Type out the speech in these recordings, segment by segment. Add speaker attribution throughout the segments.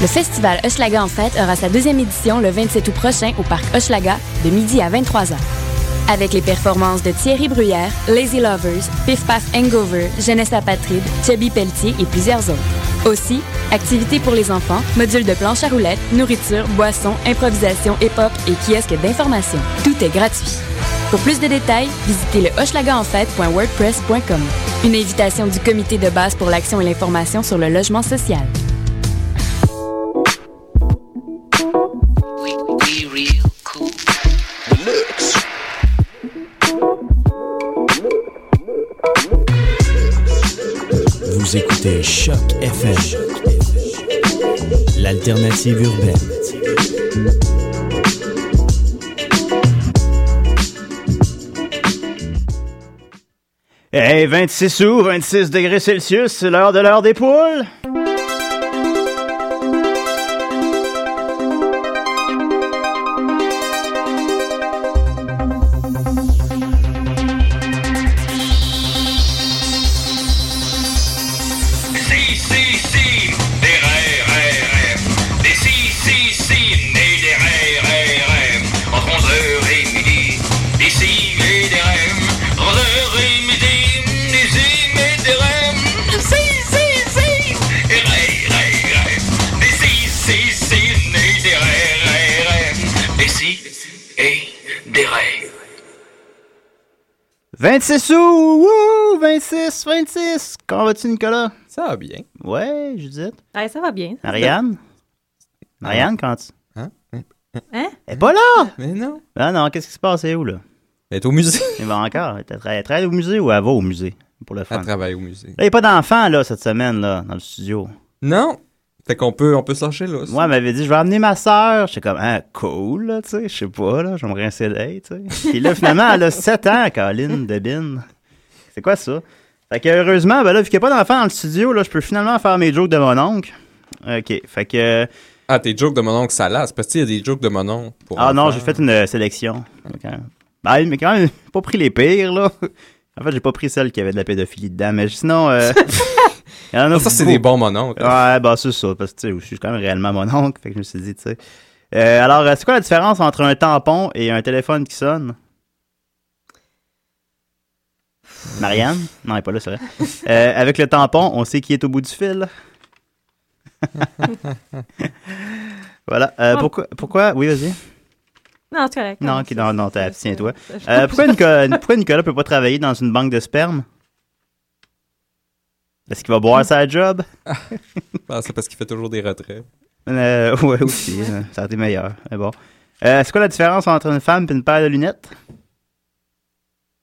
Speaker 1: Le festival Hochelaga en fête aura sa deuxième édition le 27 août prochain au parc Hochelaga, de midi à 23h. Avec les performances de Thierry Bruyère, Lazy Lovers, Piff Paff Hangover, Jeunesse apatride, Chubby Pelletier et plusieurs autres. Aussi, activités pour les enfants, modules de planche à roulettes, nourriture, boissons, improvisation, hip-hop et kiosque d'information. Tout est gratuit. Pour plus de détails, visitez le hochelagaenfête.wordpress.com. Une invitation du comité de base pour l'action et l'information sur le logement social.
Speaker 2: Vous écoutez Choc FM, l'alternative urbaine.
Speaker 3: Hey, 26 Eh, sous, 26 degrés Celsius, c'est l'heure de l'heure des poules.
Speaker 4: Si, si, si, des RRRM. Des si, si, si, nés des RRRM. Entre 11h et midi, des si et des REM. Entre 11h et midi, des si et des REM. Si, si, si, des RRRM. Des si, si, si, nés des RRRM. Des si et des REM.
Speaker 3: 26 sous, wouh, 26, 26. Comment vas-tu, Nicolas?
Speaker 5: Ça va bien.
Speaker 3: Ouais, Judith.
Speaker 6: Ouais, ça va bien.
Speaker 3: Marianne? Marianne, quand tu...
Speaker 5: Ah. Hein?
Speaker 6: Hein?
Speaker 3: Elle est pas là!
Speaker 5: Mais non.
Speaker 3: Ah non, qu'est-ce qui se passe? Elle est où, là?
Speaker 5: Elle est au musée.
Speaker 3: Elle va encore. Elle tra- elle travaille au musée ou elle va au musée? Pour le fun.
Speaker 5: Elle
Speaker 3: Là,
Speaker 5: travaille au musée.
Speaker 3: il n'y a pas d'enfant, là, cette semaine, là, dans le studio.
Speaker 5: Non. Fait qu'on peut, on peut se lâcher là. aussi.
Speaker 3: Moi, elle m'avait dit, je vais amener ma sœur. J'étais comme, ah, cool, là, tu sais, je sais pas, là, je vais me rincer l'œil, tu sais. Puis là, finalement, elle a 7 ans, Colline Debine. C'est quoi ça? Fait que, heureusement, ben là, vu qu'il n'y a pas d'enfant dans le studio, là, je peux finalement faire mes jokes de mon oncle. OK. Fait que,
Speaker 5: Ah, tes jokes de mon oncle, ça lasse. Parce qu'il y a des jokes de mon oncle. pour
Speaker 3: ah non,
Speaker 5: enfants.
Speaker 3: j'ai fait une euh, sélection. OK. Ben, mais quand même, j'ai pas pris les pires, là. En fait, j'ai pas pris celle qui avait de la pédophilie dedans, mais sinon, euh, il y en a
Speaker 5: Ça, c'est
Speaker 3: beaucoup.
Speaker 5: des bons mon oncle. hein.
Speaker 3: Ouais, bah c'est ça, parce que tu sais, je suis quand même réellement mon oncle, fait que je me suis dit, tu sais. Euh, alors, euh, c'est quoi la différence entre un tampon et un téléphone qui sonne? Marianne? Non, elle est pas là, c'est vrai. Euh, avec le tampon, on sait qui est au bout du fil. voilà. Euh,
Speaker 6: Ouais.
Speaker 3: pourquoi, pourquoi? Oui, vas-y.
Speaker 6: Non, c'est correct.
Speaker 3: Non,
Speaker 6: Hein,
Speaker 3: ok,
Speaker 6: c'est-
Speaker 3: non, non,
Speaker 6: c'est-
Speaker 3: t'abstiens-toi.
Speaker 6: c'est- c'est-
Speaker 3: Euh, pourquoi, Nicolas, pourquoi Nicolas peut pas travailler dans une banque de sperme? Est-ce qu'il va boire sa job?
Speaker 5: Ah, c'est parce qu'il fait toujours des retraits.
Speaker 3: Euh, ouais, aussi. euh, ça a été meilleur. Mais bon. Euh, c'est quoi la différence entre une femme et une paire de lunettes?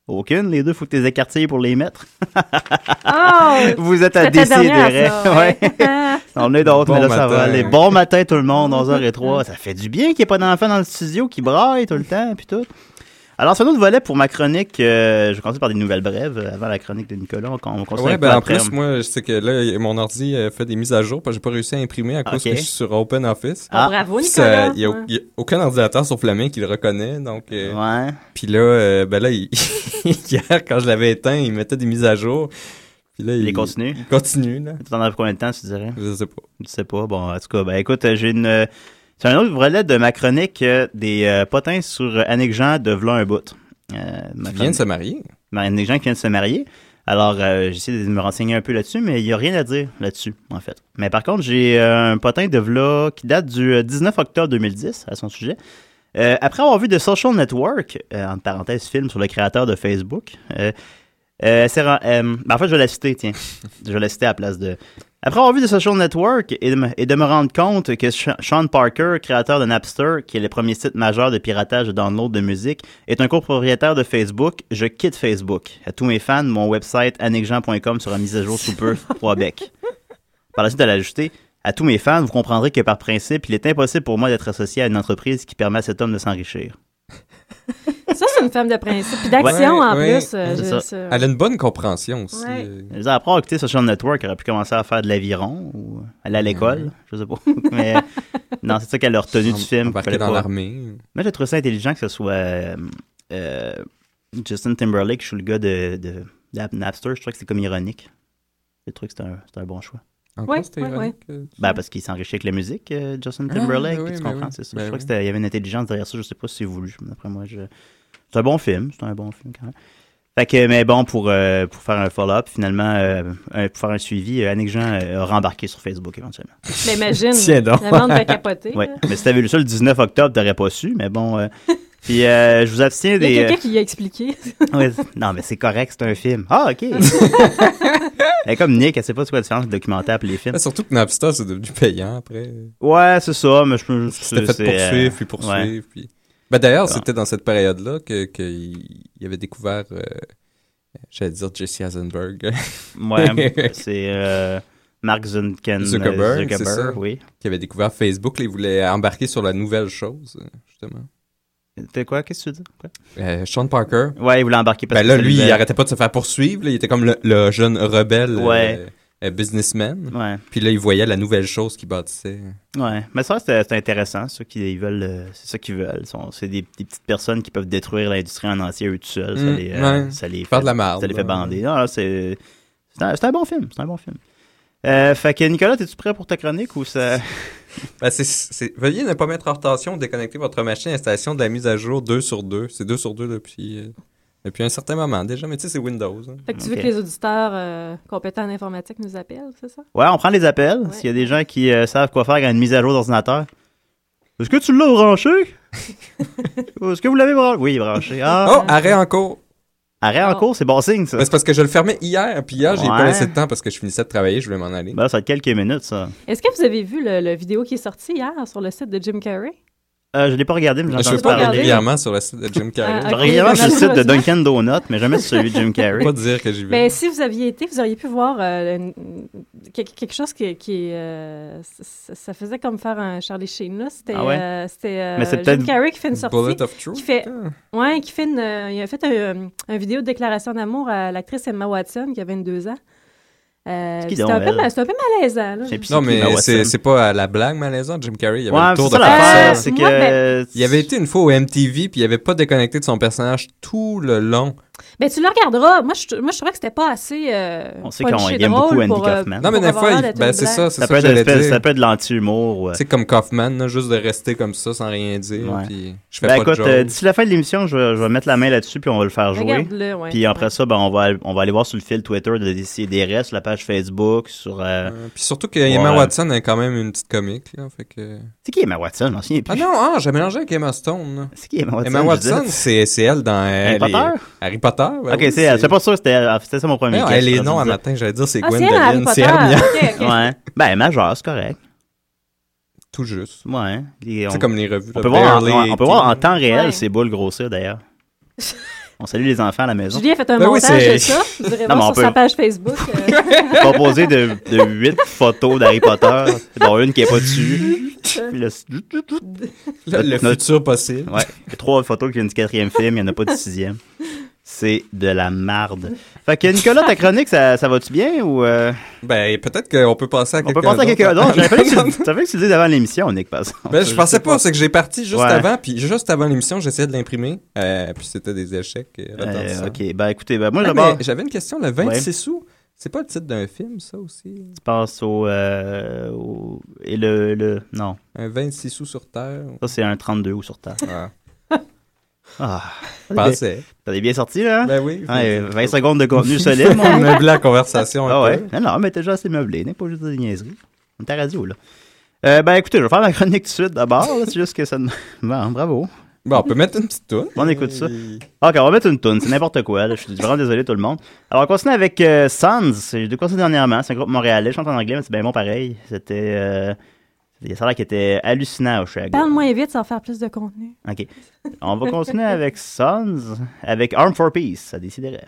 Speaker 3: Aucune. Les deux, faut que tu les écartilles pour les mettre.
Speaker 6: Oh!
Speaker 3: Vous êtes à
Speaker 6: C'était la
Speaker 3: décider.
Speaker 6: dernière, ça,
Speaker 3: ah! Ouais.
Speaker 6: ouais.
Speaker 3: On est d'autres,
Speaker 5: Bon
Speaker 3: mais là, ça va
Speaker 5: matin.
Speaker 3: aller. Bon matin, tout le monde. 11h03. Ça fait du bien qu'il n'y ait pas d'enfants dans le studio qui braille tout le temps, puis tout. Alors, c'est un autre volet pour ma chronique. euh, je vais commencer par des nouvelles brèves euh, avant la chronique de Nicolas. On, on continue
Speaker 5: Ouais,
Speaker 3: avec
Speaker 5: ben
Speaker 3: toi
Speaker 5: en
Speaker 3: après.
Speaker 5: plus, moi, je sais que là, y- mon ordi euh, fait des mises à jour parce que j'ai pas réussi à imprimer à cause
Speaker 3: Ok.
Speaker 5: que je suis sur OpenOffice.
Speaker 3: Ah.
Speaker 6: Ah, bravo,
Speaker 5: Puis ça,
Speaker 6: Nicolas.
Speaker 5: Il y, a-
Speaker 6: Ouais.
Speaker 5: il y a aucun ordinateur sur Flamin qui le reconnaît. Donc, euh,
Speaker 3: Ouais.
Speaker 5: Puis là, euh, ben là il- hier, quand je l'avais éteint, il mettait des mises à jour. Puis là,
Speaker 3: Il les continue.
Speaker 5: Il continue, là.
Speaker 3: Tu t'en as pour combien de temps, tu dirais?
Speaker 5: Je sais pas.
Speaker 3: Je sais pas. Bon, en tout cas, ben écoute, euh, j'ai une. euh, C'est un autre volet de ma chronique euh, des euh, potins sur euh, Annick Jean de V'là un bout. Euh, ma
Speaker 5: Il vient de
Speaker 3: chronique-
Speaker 5: se marier.
Speaker 3: ma- Annick Jean qui vient de se marier. Alors, euh, j'essaie de me renseigner un peu là-dessus, mais il n'y a rien à dire là-dessus, en fait. Mais par contre, j'ai euh, un potin de V'là qui date du euh, 19 octobre 2010 à son sujet. Euh, après avoir vu The Social Network, euh, entre parenthèses, film sur le créateur de Facebook, euh, euh, c'est ra- euh, ben, en fait, je vais la citer, tiens. je vais la citer à la place de. Après avoir vu The Social Network et de, me- et de me rendre compte que Sha- Sean Parker, créateur de Napster, qui est le premier site majeur de piratage de download de musique, est un copropriétaire de Facebook, je quitte Facebook. À tous mes fans, mon website annickjean.com sera mis à jour sous peu, trois becs. Par la suite, elle a ajouté À tous mes fans, vous comprendrez que par principe, il est impossible pour moi d'être associé à une entreprise qui permet à cet homme de s'enrichir.
Speaker 6: Ça, c'est une femme de principe. Puis d'action,
Speaker 5: Ouais,
Speaker 6: en
Speaker 5: ouais.
Speaker 6: plus. euh,
Speaker 3: C'est
Speaker 6: je-
Speaker 3: ça.
Speaker 6: ça.
Speaker 5: Elle a une bonne compréhension aussi.
Speaker 6: Ouais.
Speaker 5: euh,
Speaker 3: Je veux dire, après avoir écouté Social Network, elle aurait pu commencer à faire de l'aviron ou aller à l'école, je sais pas. Mais non, c'est ça qu'elle a retenu du film. qu'il
Speaker 5: embarquée
Speaker 3: fallait
Speaker 5: dans
Speaker 3: pas-
Speaker 5: l'armée.
Speaker 3: Moi, j'ai trouvé ça intelligent que ce soit euh, euh, Justin Timberlake, je suis le gars de, de, de Napster. Je trouve que c'est comme ironique. Je trouve que c'est un, c'est un bon choix.
Speaker 5: Encore,
Speaker 6: Ouais,
Speaker 5: c'était
Speaker 6: ouais,
Speaker 5: ironique, euh, tu-
Speaker 3: Ben, parce qu'il s'enrichit avec la musique, euh, Justin
Speaker 5: Ah,
Speaker 3: Timberlake,
Speaker 5: ben oui,
Speaker 3: tu
Speaker 5: ben
Speaker 3: comprends,
Speaker 5: oui.
Speaker 3: c'est ça.
Speaker 5: Ben
Speaker 3: je crois
Speaker 5: oui.
Speaker 3: que c'était- il y avait une intelligence derrière ça, je sais pas si c'est voulu. mais D'après moi, je... c'est un bon film, c'est un bon film quand même. Fait que, mais bon, pour, euh, pour faire un follow-up, finalement, euh, euh, pour faire un suivi, euh, Annick Jean euh, a rembarqué sur Facebook éventuellement.
Speaker 6: Mais Ben, imagine.
Speaker 5: Tiens donc.
Speaker 6: La bande va capoter.
Speaker 3: Ouais.
Speaker 6: là.
Speaker 3: mais si t'avais lu ça le 19 octobre, t'aurais pas su, mais bon. euh, Puis euh, je vous abstiens
Speaker 6: Il y a
Speaker 3: des. euh,
Speaker 6: quelqu'un qui y a expliqué.
Speaker 3: Ouais, c'est- non, mais c'est correct, c'est un film. Ah, OK. Elle est comme Nick, elle sait pas c'est quoi la différence entre le documentaire et les films.
Speaker 5: Ah, Surtout que Napster, c'est devenu payant après.
Speaker 3: Ouais, c'est ça, mais je peux.
Speaker 5: C'était fait
Speaker 3: c'est, euh,
Speaker 5: poursuivre, puis
Speaker 3: ouais. Ah.
Speaker 5: poursuivre, puis... Ben, d'ailleurs,
Speaker 3: Bon.
Speaker 5: c'était dans cette période-là que- qu'il il avait découvert, euh, j'allais dire Jesse Eisenberg,
Speaker 3: Ouais, c'est euh, Mark Zunken, euh,
Speaker 5: Zuckerberg,
Speaker 3: Zuckerberg,
Speaker 5: c'est ça.
Speaker 3: oui.
Speaker 5: qui avait découvert Facebook, là, il voulait embarquer sur la nouvelle chose, euh, justement.
Speaker 3: T'es quoi, qu'est-ce que tu dis? Quoi?
Speaker 5: Euh, Sean Parker,
Speaker 3: Ouais, il voulait embarquer parce
Speaker 5: ben
Speaker 3: que
Speaker 5: là,
Speaker 3: c'est
Speaker 5: lui,
Speaker 3: le-
Speaker 5: il arrêtait pas de se faire poursuivre, là, il était comme le, le jeune rebelle euh,
Speaker 3: Ouais.
Speaker 5: euh, businessman,
Speaker 3: Ouais,
Speaker 5: puis là, il voyait la nouvelle chose qu'il bâtissait.
Speaker 3: ouais. Mais ça, c'est c'est intéressant, ceux qui ils veulent, euh, c'est ça qu'ils veulent. Ils sont- C'est des, des petites personnes qui peuvent détruire l'industrie en entier eux tout seuls. Ça,
Speaker 5: Mm,
Speaker 3: les, euh,
Speaker 5: ouais.
Speaker 3: ça les
Speaker 5: Faire
Speaker 3: fait,
Speaker 5: de la merde,
Speaker 3: ça les fait
Speaker 5: là.
Speaker 3: bander. Non, non, c'est c'est un, c'est un bon film, c'est un bon film. Euh, fait que Nicolas, es-tu prêt pour ta chronique ou ça...
Speaker 5: Ben, c'est- c'est- Veuillez ne pas mettre en rotation ou déconnecter votre machine à l'installation de la mise à jour 2 sur 2. C'est 2 sur 2 depuis, euh, depuis un certain moment déjà, mais tu sais, c'est Windows. hein.
Speaker 6: Fait que tu
Speaker 3: Ok.
Speaker 6: veux que les auditeurs euh, compétents en informatique nous appellent, c'est ça?
Speaker 3: Ouais, on prend les appels.
Speaker 6: Ouais.
Speaker 3: S'il y a des gens qui euh, savent quoi faire quand une mise à jour d'ordinateur. Est-ce que tu l'as branché? Est-ce que vous l'avez branché? Oui, branché. Ah,
Speaker 5: Oh, arrêt en cours!
Speaker 3: arrêt en
Speaker 6: Oh.
Speaker 3: cours, c'est bon signe, ça.
Speaker 5: Ben, c'est parce que je le fermais hier, puis hier, j'ai pas
Speaker 3: Ouais.
Speaker 5: laissé de temps parce que je finissais de travailler, je voulais m'en aller.
Speaker 3: Ben, ça va être quelques minutes, ça.
Speaker 6: Est-ce que vous avez vu le, le vidéo qui est sortie hier sur le site de Jim Carrey?
Speaker 3: Euh, je l'ai pas regardé, mais j'ai
Speaker 5: je fais
Speaker 3: entendu
Speaker 6: pas
Speaker 5: pas
Speaker 6: regardé.
Speaker 3: parler. Je
Speaker 5: régulièrement sur le site de Jim Carrey.
Speaker 6: Ah,
Speaker 3: regarde
Speaker 6: ok.
Speaker 3: régulièrement sur le site de
Speaker 6: Malheureusement.
Speaker 3: Dunkin' Donut, mais jamais sur celui de Jim
Speaker 5: Je
Speaker 3: Carrey.
Speaker 5: peux pas dire que j'y vais.
Speaker 6: Ben, si vous aviez été, vous auriez pu voir euh, une- une- quelque quelque chose qui, qui euh, ça, ça faisait comme faire un Charlie Sheen. là. C'était
Speaker 3: Ah ouais?
Speaker 6: euh, c'était, euh,
Speaker 3: Mais c'est peut-être
Speaker 6: Jim Carrey qui fait une sortie.
Speaker 5: Bullet of Truth. Ah.
Speaker 6: qui fait- Ouais, qui fait une, euh, il a fait un, un vidéo de déclaration d'amour à l'actrice Emma Watson qui a 22 ans. Euh,
Speaker 3: qui
Speaker 6: puis c'est
Speaker 3: donc,
Speaker 6: un, peu
Speaker 3: elle?
Speaker 6: ma- c'est un peu malaisant. Là.
Speaker 3: Je sais plus
Speaker 5: Non,
Speaker 3: c'est qui,
Speaker 5: mais
Speaker 3: Watson.
Speaker 5: c'est c'est pas à la blague malaisante, Jim Carrey. Il y avait
Speaker 3: Ouais,
Speaker 5: le tour
Speaker 3: c'est
Speaker 5: de
Speaker 3: ça
Speaker 5: faire
Speaker 3: l'affaire,
Speaker 6: faire.
Speaker 5: ça.
Speaker 3: c'est
Speaker 6: Moi,
Speaker 3: que...
Speaker 5: Il y avait été une fois au MTV, puis il avait pas déconnecté de son personnage tout le long.
Speaker 6: Ben, tu le regarderas. Moi, je, moi, je trouvais que c'était pas assez. euh,
Speaker 3: On sait
Speaker 6: punchy
Speaker 3: qu'on
Speaker 6: et
Speaker 3: aime
Speaker 6: drôle
Speaker 3: beaucoup Andy
Speaker 6: pour, euh,
Speaker 3: Kaufman.
Speaker 5: Non, mais
Speaker 6: pour
Speaker 5: des
Speaker 6: avoir
Speaker 5: fois,
Speaker 6: l'air
Speaker 5: il-
Speaker 6: d'être
Speaker 5: ben,
Speaker 6: une
Speaker 5: c'est
Speaker 6: blague.
Speaker 5: ça, c'est
Speaker 3: Ça
Speaker 5: ça
Speaker 3: peut
Speaker 5: que
Speaker 3: être,
Speaker 5: j'allais
Speaker 3: espèce- ça
Speaker 5: dire.
Speaker 3: peut être de l'anti-humour. ouais.
Speaker 5: C'est comme Kaufman, là, juste de rester comme ça, sans rien dire,
Speaker 3: Ouais.
Speaker 5: puis je fais
Speaker 3: Ben,
Speaker 5: pas
Speaker 3: écoute,
Speaker 5: de
Speaker 3: euh,
Speaker 5: joke.
Speaker 3: d'ici la fin de l'émission, je vais, je vais mettre la main là-dessus, puis on va le faire jouer.
Speaker 6: Regarde-le, ouais.
Speaker 3: Puis après ça, ben, on, va, on va aller voir sur le fil Twitter de DCDRS, sur la page Facebook, sur... euh,
Speaker 5: Euh, Puis surtout que Emma
Speaker 3: Ouais.
Speaker 5: Watson est quand même une petite comique, là, fait que...
Speaker 3: C'est qui Emma Watson? Je m'en souviens plus.
Speaker 5: Ah non, ah, j'ai mélangé avec Emma Stone, là.
Speaker 3: C'est qui Emma Watson?
Speaker 5: Emma
Speaker 3: je
Speaker 5: Watson,
Speaker 3: disais?
Speaker 5: c'est c'est elle dans
Speaker 3: Harry
Speaker 5: Harry
Speaker 3: Potter?
Speaker 5: Harry Potter, ben
Speaker 3: Ok,
Speaker 5: oui,
Speaker 3: c'est elle. J'étais pas sûr, c'était elle. C'était ça mon premier
Speaker 5: Non,
Speaker 3: guess,
Speaker 5: elle
Speaker 3: je
Speaker 5: est
Speaker 3: pense
Speaker 5: non à
Speaker 3: que
Speaker 5: matin, j'allais dire c'est
Speaker 6: Ah, c'est elle, Harry
Speaker 5: Gwendoline, c'est
Speaker 6: Potter.
Speaker 5: Hermione.
Speaker 6: Ok, ok.
Speaker 3: je disais. Ouais. Ben, elle est majeure, c'est correct.
Speaker 5: Tout juste.
Speaker 3: Ouais. Et on,
Speaker 5: C'est comme les revues.
Speaker 3: on
Speaker 5: là,
Speaker 3: peut voir, en-
Speaker 5: Barely
Speaker 3: on, peut voir en
Speaker 5: 18.
Speaker 3: temps réel
Speaker 6: Ouais.
Speaker 3: ces boules grossir d'ailleurs. on salue les enfants à la maison.
Speaker 6: Julien a fait un
Speaker 5: Ben oui,
Speaker 6: montage
Speaker 5: c'est-
Speaker 6: de ça. Vous irez
Speaker 3: Non, mais
Speaker 6: voir
Speaker 3: on
Speaker 6: sur
Speaker 3: peut-
Speaker 6: sa page Facebook. euh,
Speaker 3: Composé de, de 8 photos d'Harry Potter, dont une qui est pas dessus. Puis le,
Speaker 5: Le, le
Speaker 3: Notre-
Speaker 5: futur possible.
Speaker 3: ouais, il y a trois photos qui viennent du quatrième film, il n'y en a pas du sixième. C'est de la marde. Fait que Nicolas, ta chronique, ça, ça va-tu bien ou euh,
Speaker 5: Ben, peut-être qu'on peut penser à
Speaker 3: on
Speaker 5: quelqu'un
Speaker 3: peut penser à quelqu'un d'autre?
Speaker 5: d'autre.
Speaker 3: J'avais fallu que tu- J'avais fallu que tu le dises avant l'émission, Nick, par exemple.
Speaker 5: Ben, je pensais pas, c'est que j'ai parti juste
Speaker 3: Ouais.
Speaker 5: avant, puis juste avant l'émission, j'essayais de l'imprimer, euh, puis c'était des échecs. euh,
Speaker 3: Euh,
Speaker 5: retentissants.
Speaker 3: ok, ben écoutez, ben, moi
Speaker 5: Ah,
Speaker 3: d'abord,
Speaker 5: mais J'avais une question, le 26 sous, c'est pas le titre d'un film, ça aussi?
Speaker 3: je pense au, euh, au- Et le, le. Non,
Speaker 5: Un 26 sous sur Terre? ou-
Speaker 3: ça c'est un 32 ou sur Terre.
Speaker 5: Ah,
Speaker 3: Ah,
Speaker 5: je pensais.
Speaker 3: t'as bien sorti là? hein?
Speaker 5: Ben oui.
Speaker 3: Ouais, 20 secondes de contenu solide, mon
Speaker 5: On meublé la conversation. un
Speaker 3: Ah ouais?
Speaker 5: peu.
Speaker 3: Non, non, mais t'es déjà assez meublé, n'est pas juste des niaiseries. On est à radio, là. Euh, ben écoutez, je vais faire ma chronique tout de suite d'abord, là, c'est juste que ça... ne- Bon, bravo.
Speaker 5: Bon, on peut mettre une petite toune.
Speaker 3: On écoute ça.
Speaker 5: Et-
Speaker 3: Ok, on va mettre une toune, c'est n'importe quoi, là, je suis vraiment désolé tout le monde. Alors, on continue avec euh, Sans, j'ai découvert ça dernièrement, c'est un groupe montréalais, je chante en anglais, mais c'est bien bon pareil. C'était... euh, Il y a ça là qui était hallucinant au Chicago.
Speaker 6: Parle moins vite, ça va faire plus de contenu.
Speaker 3: Ok. On va continuer avec Sons, avec Arm for Peace, ça déciderait.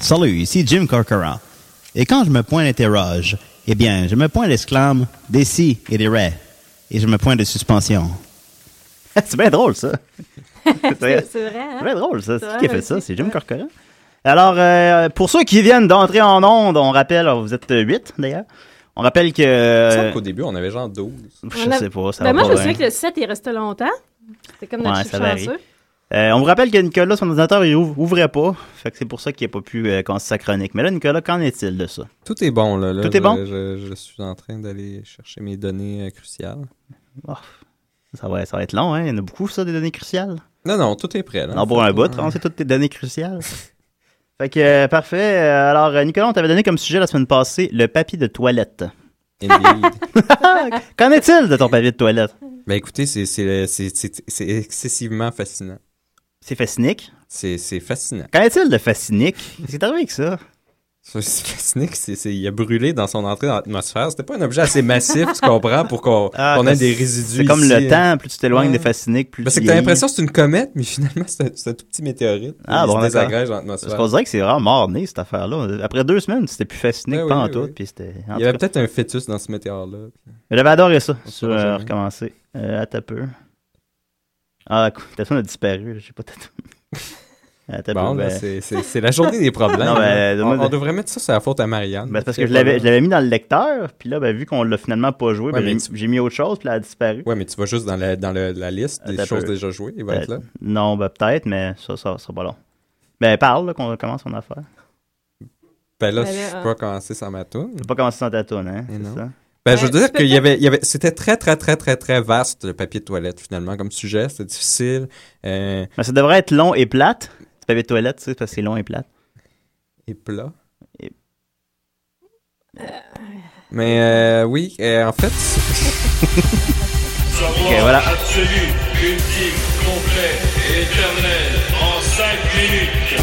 Speaker 7: Salut, ici Jim Corcoran. Et quand je me pointe interroge, eh bien, je me pointe d'exclame des si et des ré. Et je me pointe de suspension.
Speaker 3: c'est bien drôle, ça.
Speaker 6: C'est c'est vrai, hein?
Speaker 3: C'est bien drôle, ça.
Speaker 6: C'est
Speaker 3: C'est qui qui a
Speaker 6: vrai,
Speaker 3: fait ça?
Speaker 6: aussi.
Speaker 3: C'est Jim
Speaker 6: Ouais.
Speaker 3: Corcoran. Alors, euh, pour ceux qui viennent d'entrer en onde, on rappelle, alors, vous êtes 8 d'ailleurs. On rappelle que. euh,
Speaker 5: Il me semble qu'au début, on avait genre 12.
Speaker 3: je
Speaker 6: On a-
Speaker 3: sais pas, ça va
Speaker 6: Ben moi, je
Speaker 3: pas
Speaker 6: me souviens
Speaker 3: bien.
Speaker 6: que le 7, il restait longtemps. C'était comme notre
Speaker 3: Ouais,
Speaker 6: chiffre
Speaker 3: ça varie.
Speaker 6: chanceux.
Speaker 3: Euh, on vous rappelle que Nicolas, son ordinateur, il ouvre- ouvrait pas. Fait que c'est pour ça qu'il n'a pas pu euh, commencer sa chronique. Mais là, Nicolas, qu'en est-il de ça?
Speaker 5: Tout est bon, là. là,
Speaker 3: Tout est
Speaker 5: je-
Speaker 3: bon?
Speaker 5: Je, je suis en train d'aller chercher mes données euh, cruciales.
Speaker 3: Ah, Ça va, ça va être long, hein? Il y en a beaucoup, ça, des données cruciales.
Speaker 5: Non, non, tout est prêt, là.
Speaker 3: On pour un bout, hein, c'est toutes tes données cruciales. fait que, euh, parfait. Euh, Alors, euh, Nicolas, on t'avait donné comme sujet la semaine passée le papier de toilette. hein?
Speaker 5: Indeed.
Speaker 3: Qu'en est-il de ton papier de toilette?
Speaker 5: ben écoutez, c'est- c'est c'est- c'est- c'est excessivement fascinant.
Speaker 3: C'est fascinique.
Speaker 5: C'est c'est fascinant.
Speaker 3: Qu'en est-il de fascinique? Qu'est-ce qui est arrivé avec ça?
Speaker 5: C'est fascinant que c'est- c'est- il a brûlé dans son entrée dans l'atmosphère. C'était pas un objet assez massif, tu comprends, pour qu'on
Speaker 3: Ah,
Speaker 5: qu'on ait
Speaker 3: c'est-
Speaker 5: des résidus.
Speaker 3: C'est comme
Speaker 5: ici.
Speaker 3: le temps, plus tu t'éloignes
Speaker 5: Ouais.
Speaker 3: de fascinique, plus
Speaker 5: Ben, c'est
Speaker 3: tu
Speaker 5: que t'as
Speaker 3: vieillis.
Speaker 5: l'impression que c'est une comète, mais finalement, c'est un- c'est un tout petit météorite.
Speaker 3: Ah,
Speaker 5: Il
Speaker 3: bon,
Speaker 5: se
Speaker 3: d'accord.
Speaker 5: désagrège dans
Speaker 3: Parce qu'on
Speaker 5: l'atmosphère.
Speaker 3: dirait que c'est vraiment mort-né, cette affaire-là. Après deux semaines, c'était plus fascinique,
Speaker 5: Ben oui,
Speaker 3: pas en
Speaker 5: oui,
Speaker 3: tout.
Speaker 5: oui.
Speaker 3: Puis c'était. en
Speaker 5: Il
Speaker 3: tout
Speaker 5: y avait
Speaker 3: cas.
Speaker 5: peut-être un fœtus dans ce météore-là.
Speaker 3: J'avais adoré ça.
Speaker 5: On
Speaker 3: sur
Speaker 5: saura
Speaker 3: euh,
Speaker 5: jamais.
Speaker 3: recommencer. Euh, attends un peu. Ah, écoute, ta sonne a disparu. Je sais pas, t'as Attends un
Speaker 5: Bon,
Speaker 3: peu.
Speaker 5: là,
Speaker 3: ben-
Speaker 5: c'est- c'est c'est la journée des problèmes.
Speaker 3: Non, ben,
Speaker 5: là.
Speaker 3: moi,
Speaker 5: on, on
Speaker 3: de-
Speaker 5: devrait mettre ça sur la faute à Marianne.
Speaker 3: ben, c'est parce que je l'avais je l'avais mis dans le lecteur, puis là, ben, vu qu'on l'a finalement pas joué, ben,
Speaker 5: Ouais, mais
Speaker 3: j'ai- j'ai mis autre chose, puis elle a disparu.
Speaker 5: Ouais, mais tu vas juste dans la, dans le- la liste des
Speaker 3: Attends un
Speaker 5: choses
Speaker 3: peu.
Speaker 5: déjà jouées. Il va
Speaker 3: Euh,
Speaker 5: être là.
Speaker 3: non, ben, peut-être, mais ça, ça, ça sera pas long. Ben, parle, là, qu'on commence son affaire.
Speaker 5: Ben là,
Speaker 6: Ben
Speaker 5: je
Speaker 6: là,
Speaker 5: peux pas
Speaker 6: euh,
Speaker 5: commencer sans ma toune.
Speaker 3: T'as pas commencé sans ta toune, hein?
Speaker 5: Eh
Speaker 3: c'est
Speaker 5: non.
Speaker 3: ça?
Speaker 5: Ben, je veux
Speaker 6: Ben,
Speaker 5: dire
Speaker 6: tu peux
Speaker 5: qu'il y avait, il y avait, c'était très, très, très, très, très vaste le papier de toilette, finalement, comme sujet. C'était difficile. euh,
Speaker 3: Ben, ça devrait être long et plate. Tu papier de toilette, tu sais, parce que c'est long et plate.
Speaker 5: et plat. Euh,
Speaker 3: Et-
Speaker 5: Mais euh, oui, euh, en fait, c'est-
Speaker 3: Ok, voilà.
Speaker 4: Absolu, ultime, complet, éternel, en 5 minutes.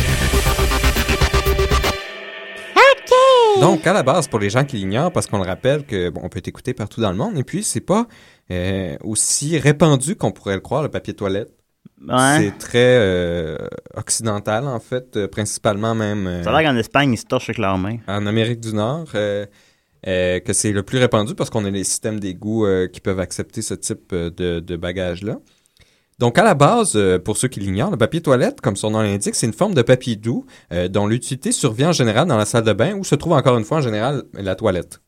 Speaker 5: donc à la base, pour les gens qui l'ignorent, parce qu'on le rappelle que bon, on peut t'écouter partout dans le monde, et puis c'est pas euh, aussi répandu qu'on pourrait le croire le papier de toilette.
Speaker 3: Ouais.
Speaker 5: C'est très euh, occidental en fait, euh, principalement même. euh,
Speaker 3: Ça a l'air qu'en Espagne, ils se torchent avec leurs mains.
Speaker 5: en Amérique du Nord, euh, euh, que c'est le plus répandu parce qu'on a les systèmes d'égouts euh, qui peuvent accepter ce type euh, de, de bagages-là. Donc, à la base, euh, pour ceux qui l'ignorent, le papier toilette, comme son nom l'indique, c'est une forme de papier doux euh, dont l'utilité survient en général dans la salle de bain où se trouve encore une fois en général la toilette.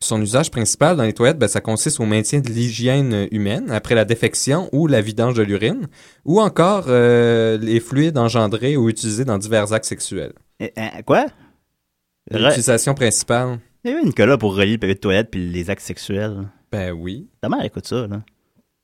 Speaker 5: Son usage principal dans les toilettes, ben, ça consiste au maintien de l'hygiène humaine après la défection ou la vidange de l'urine, ou encore euh, les fluides engendrés ou utilisés dans divers actes sexuels.
Speaker 3: Eh, eh, quoi?
Speaker 5: Euh,
Speaker 3: Re-
Speaker 5: L'utilisation principale,
Speaker 3: Il y avait Nicolas pour relier le papier de toilette puis les actes sexuels.
Speaker 5: Ben oui.
Speaker 3: Ta mère écoute ça, là.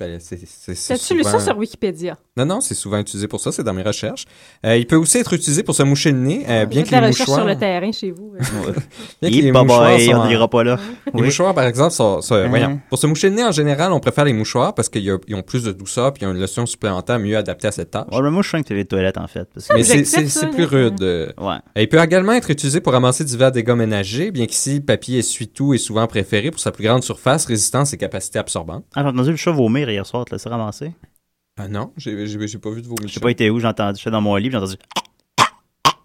Speaker 5: Ben, c'est- c'est- c'est
Speaker 6: T'as-tu lu
Speaker 5: souvent-
Speaker 6: ça sur Wikipédia?
Speaker 5: Non, non, c'est souvent utilisé pour ça, c'est dans mes recherches. Euh, il peut aussi être utilisé pour se moucher le nez, euh, bien
Speaker 6: Faites
Speaker 5: que
Speaker 6: la
Speaker 5: les
Speaker 6: recherche
Speaker 5: mouchoirs...
Speaker 6: sur le terrain chez vous. euh.
Speaker 5: bien que
Speaker 3: Il
Speaker 5: les
Speaker 3: est pas
Speaker 5: mouchoirs
Speaker 3: boy,
Speaker 5: sont
Speaker 3: on
Speaker 5: en-
Speaker 3: dira pas là.
Speaker 5: Les
Speaker 3: Oui.
Speaker 5: mouchoirs, par exemple, sont... sont-
Speaker 3: Hein.
Speaker 5: voyons. Pour se moucher le nez, en général, on préfère les mouchoirs parce qu'ils ont plus de douceur puis ils ont une lotion supplémentaire mieux adaptée à cette tâche.
Speaker 3: Ouais, mais moi, je sens que t'avais des toilettes, en fait. Parce que...
Speaker 5: Mais c'est-
Speaker 6: j'accepte
Speaker 5: c'est
Speaker 6: ça,
Speaker 5: c'est
Speaker 6: là.
Speaker 5: plus rude. euh.
Speaker 3: Ouais.
Speaker 5: Et Il peut également être utilisé pour ramasser divers dégâts ménagers, bien qu'ici, papier essuie-tout est souvent préféré pour sa plus grande surface, résistance et capacité absorbante.
Speaker 3: Ah, j'ai entendu le chat vomir hier soir, tu l'as ramassé.
Speaker 5: Ah non, j'ai j'ai- j'ai pas vu de vos
Speaker 3: Je sais pas été où, j'ai entendu. J'étais dans mon livre, j'ai entendu.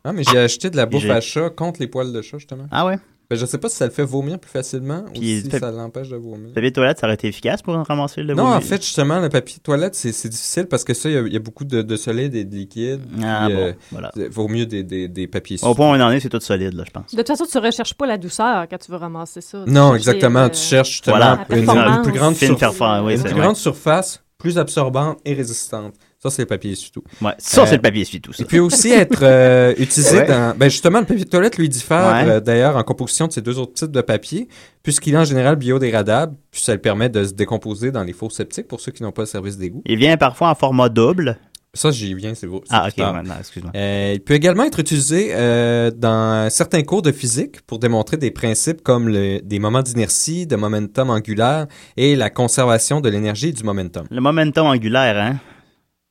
Speaker 5: Ah, mais j'ai acheté de la bouffe
Speaker 3: j'ai-
Speaker 5: à chat contre les poils de chat, justement.
Speaker 3: Ah ouais.
Speaker 5: Ben, je sais pas si ça le fait vomir plus facilement
Speaker 3: Puis,
Speaker 5: ou si
Speaker 3: fait-
Speaker 5: ça l'empêche de vomir.
Speaker 3: Le papier de toilette, ça aurait été efficace pour ramasser le
Speaker 5: Non,
Speaker 3: vomi.
Speaker 5: en fait, justement, le papier toilette, c'est c'est difficile parce que ça, il y a- il y, a beaucoup de, de solide et de liquide.
Speaker 3: Ah
Speaker 5: puis,
Speaker 3: bon,
Speaker 5: euh,
Speaker 3: voilà.
Speaker 5: euh, vaut mieux des, des, des papiers
Speaker 3: Au point où on en est, c'est tout solide, là, je pense.
Speaker 6: De toute façon, tu recherches pas la douceur quand tu veux ramasser ça. Tu
Speaker 5: Non,
Speaker 6: cherches
Speaker 5: exactement.
Speaker 6: les, euh,
Speaker 5: Tu cherches justement
Speaker 3: Voilà.
Speaker 5: une,
Speaker 6: performance.
Speaker 5: une plus grande,
Speaker 3: Fine
Speaker 5: surf-
Speaker 3: performance, oui,
Speaker 5: une
Speaker 3: c'est
Speaker 5: plus
Speaker 3: ouais.
Speaker 5: grande surface, plus absorbante et résistante. Ça, c'est le papier surtout.
Speaker 3: Ouais. Ça,
Speaker 5: Euh,
Speaker 3: c'est le papier essuie tout ça.
Speaker 5: Il peut aussi être euh, utilisé
Speaker 3: Ouais.
Speaker 5: dans... Ben justement, le papier de toilette lui diffère
Speaker 3: Ouais.
Speaker 5: euh, d'ailleurs en composition de ces deux autres types de papier, puisqu'il est en général biodégradable, puis ça le permet de se décomposer dans les fours septiques pour ceux qui n'ont pas le service d'égout.
Speaker 3: Il vient parfois en format double.
Speaker 5: Ça, j'y viens, c'est beau. c'est
Speaker 3: Ah,
Speaker 5: plus
Speaker 3: ok,
Speaker 5: tard.
Speaker 3: maintenant, excuse-moi.
Speaker 5: Euh, il peut également être utilisé euh, dans certains cours de physique pour démontrer des principes comme le- des moments d'inertie, de momentum angulaire et la conservation de l'énergie et du momentum.
Speaker 3: Le momentum angulaire, hein?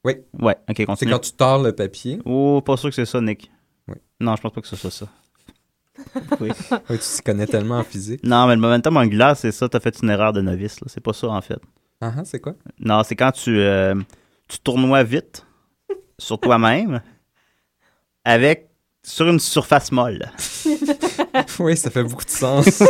Speaker 5: Oui.
Speaker 3: Ouais, ok,
Speaker 5: C'est
Speaker 3: continue.
Speaker 5: quand tu tords le papier.
Speaker 3: Oh, pas sûr que c'est ça, Nick.
Speaker 5: Oui.
Speaker 3: Non, je pense pas que ce soit ça. oui.
Speaker 5: Ouais, tu t'y connais tellement en physique.
Speaker 3: Non, mais le momentum angulaire, c'est ça, t'as fait une erreur de novice, là. C'est pas ça, en fait.
Speaker 5: Ah, ah, c'est quoi?
Speaker 3: Non, c'est quand tu, euh, tu tournoies vite sur toi-même avec sur une surface molle.
Speaker 5: Oui, ça fait beaucoup de sens.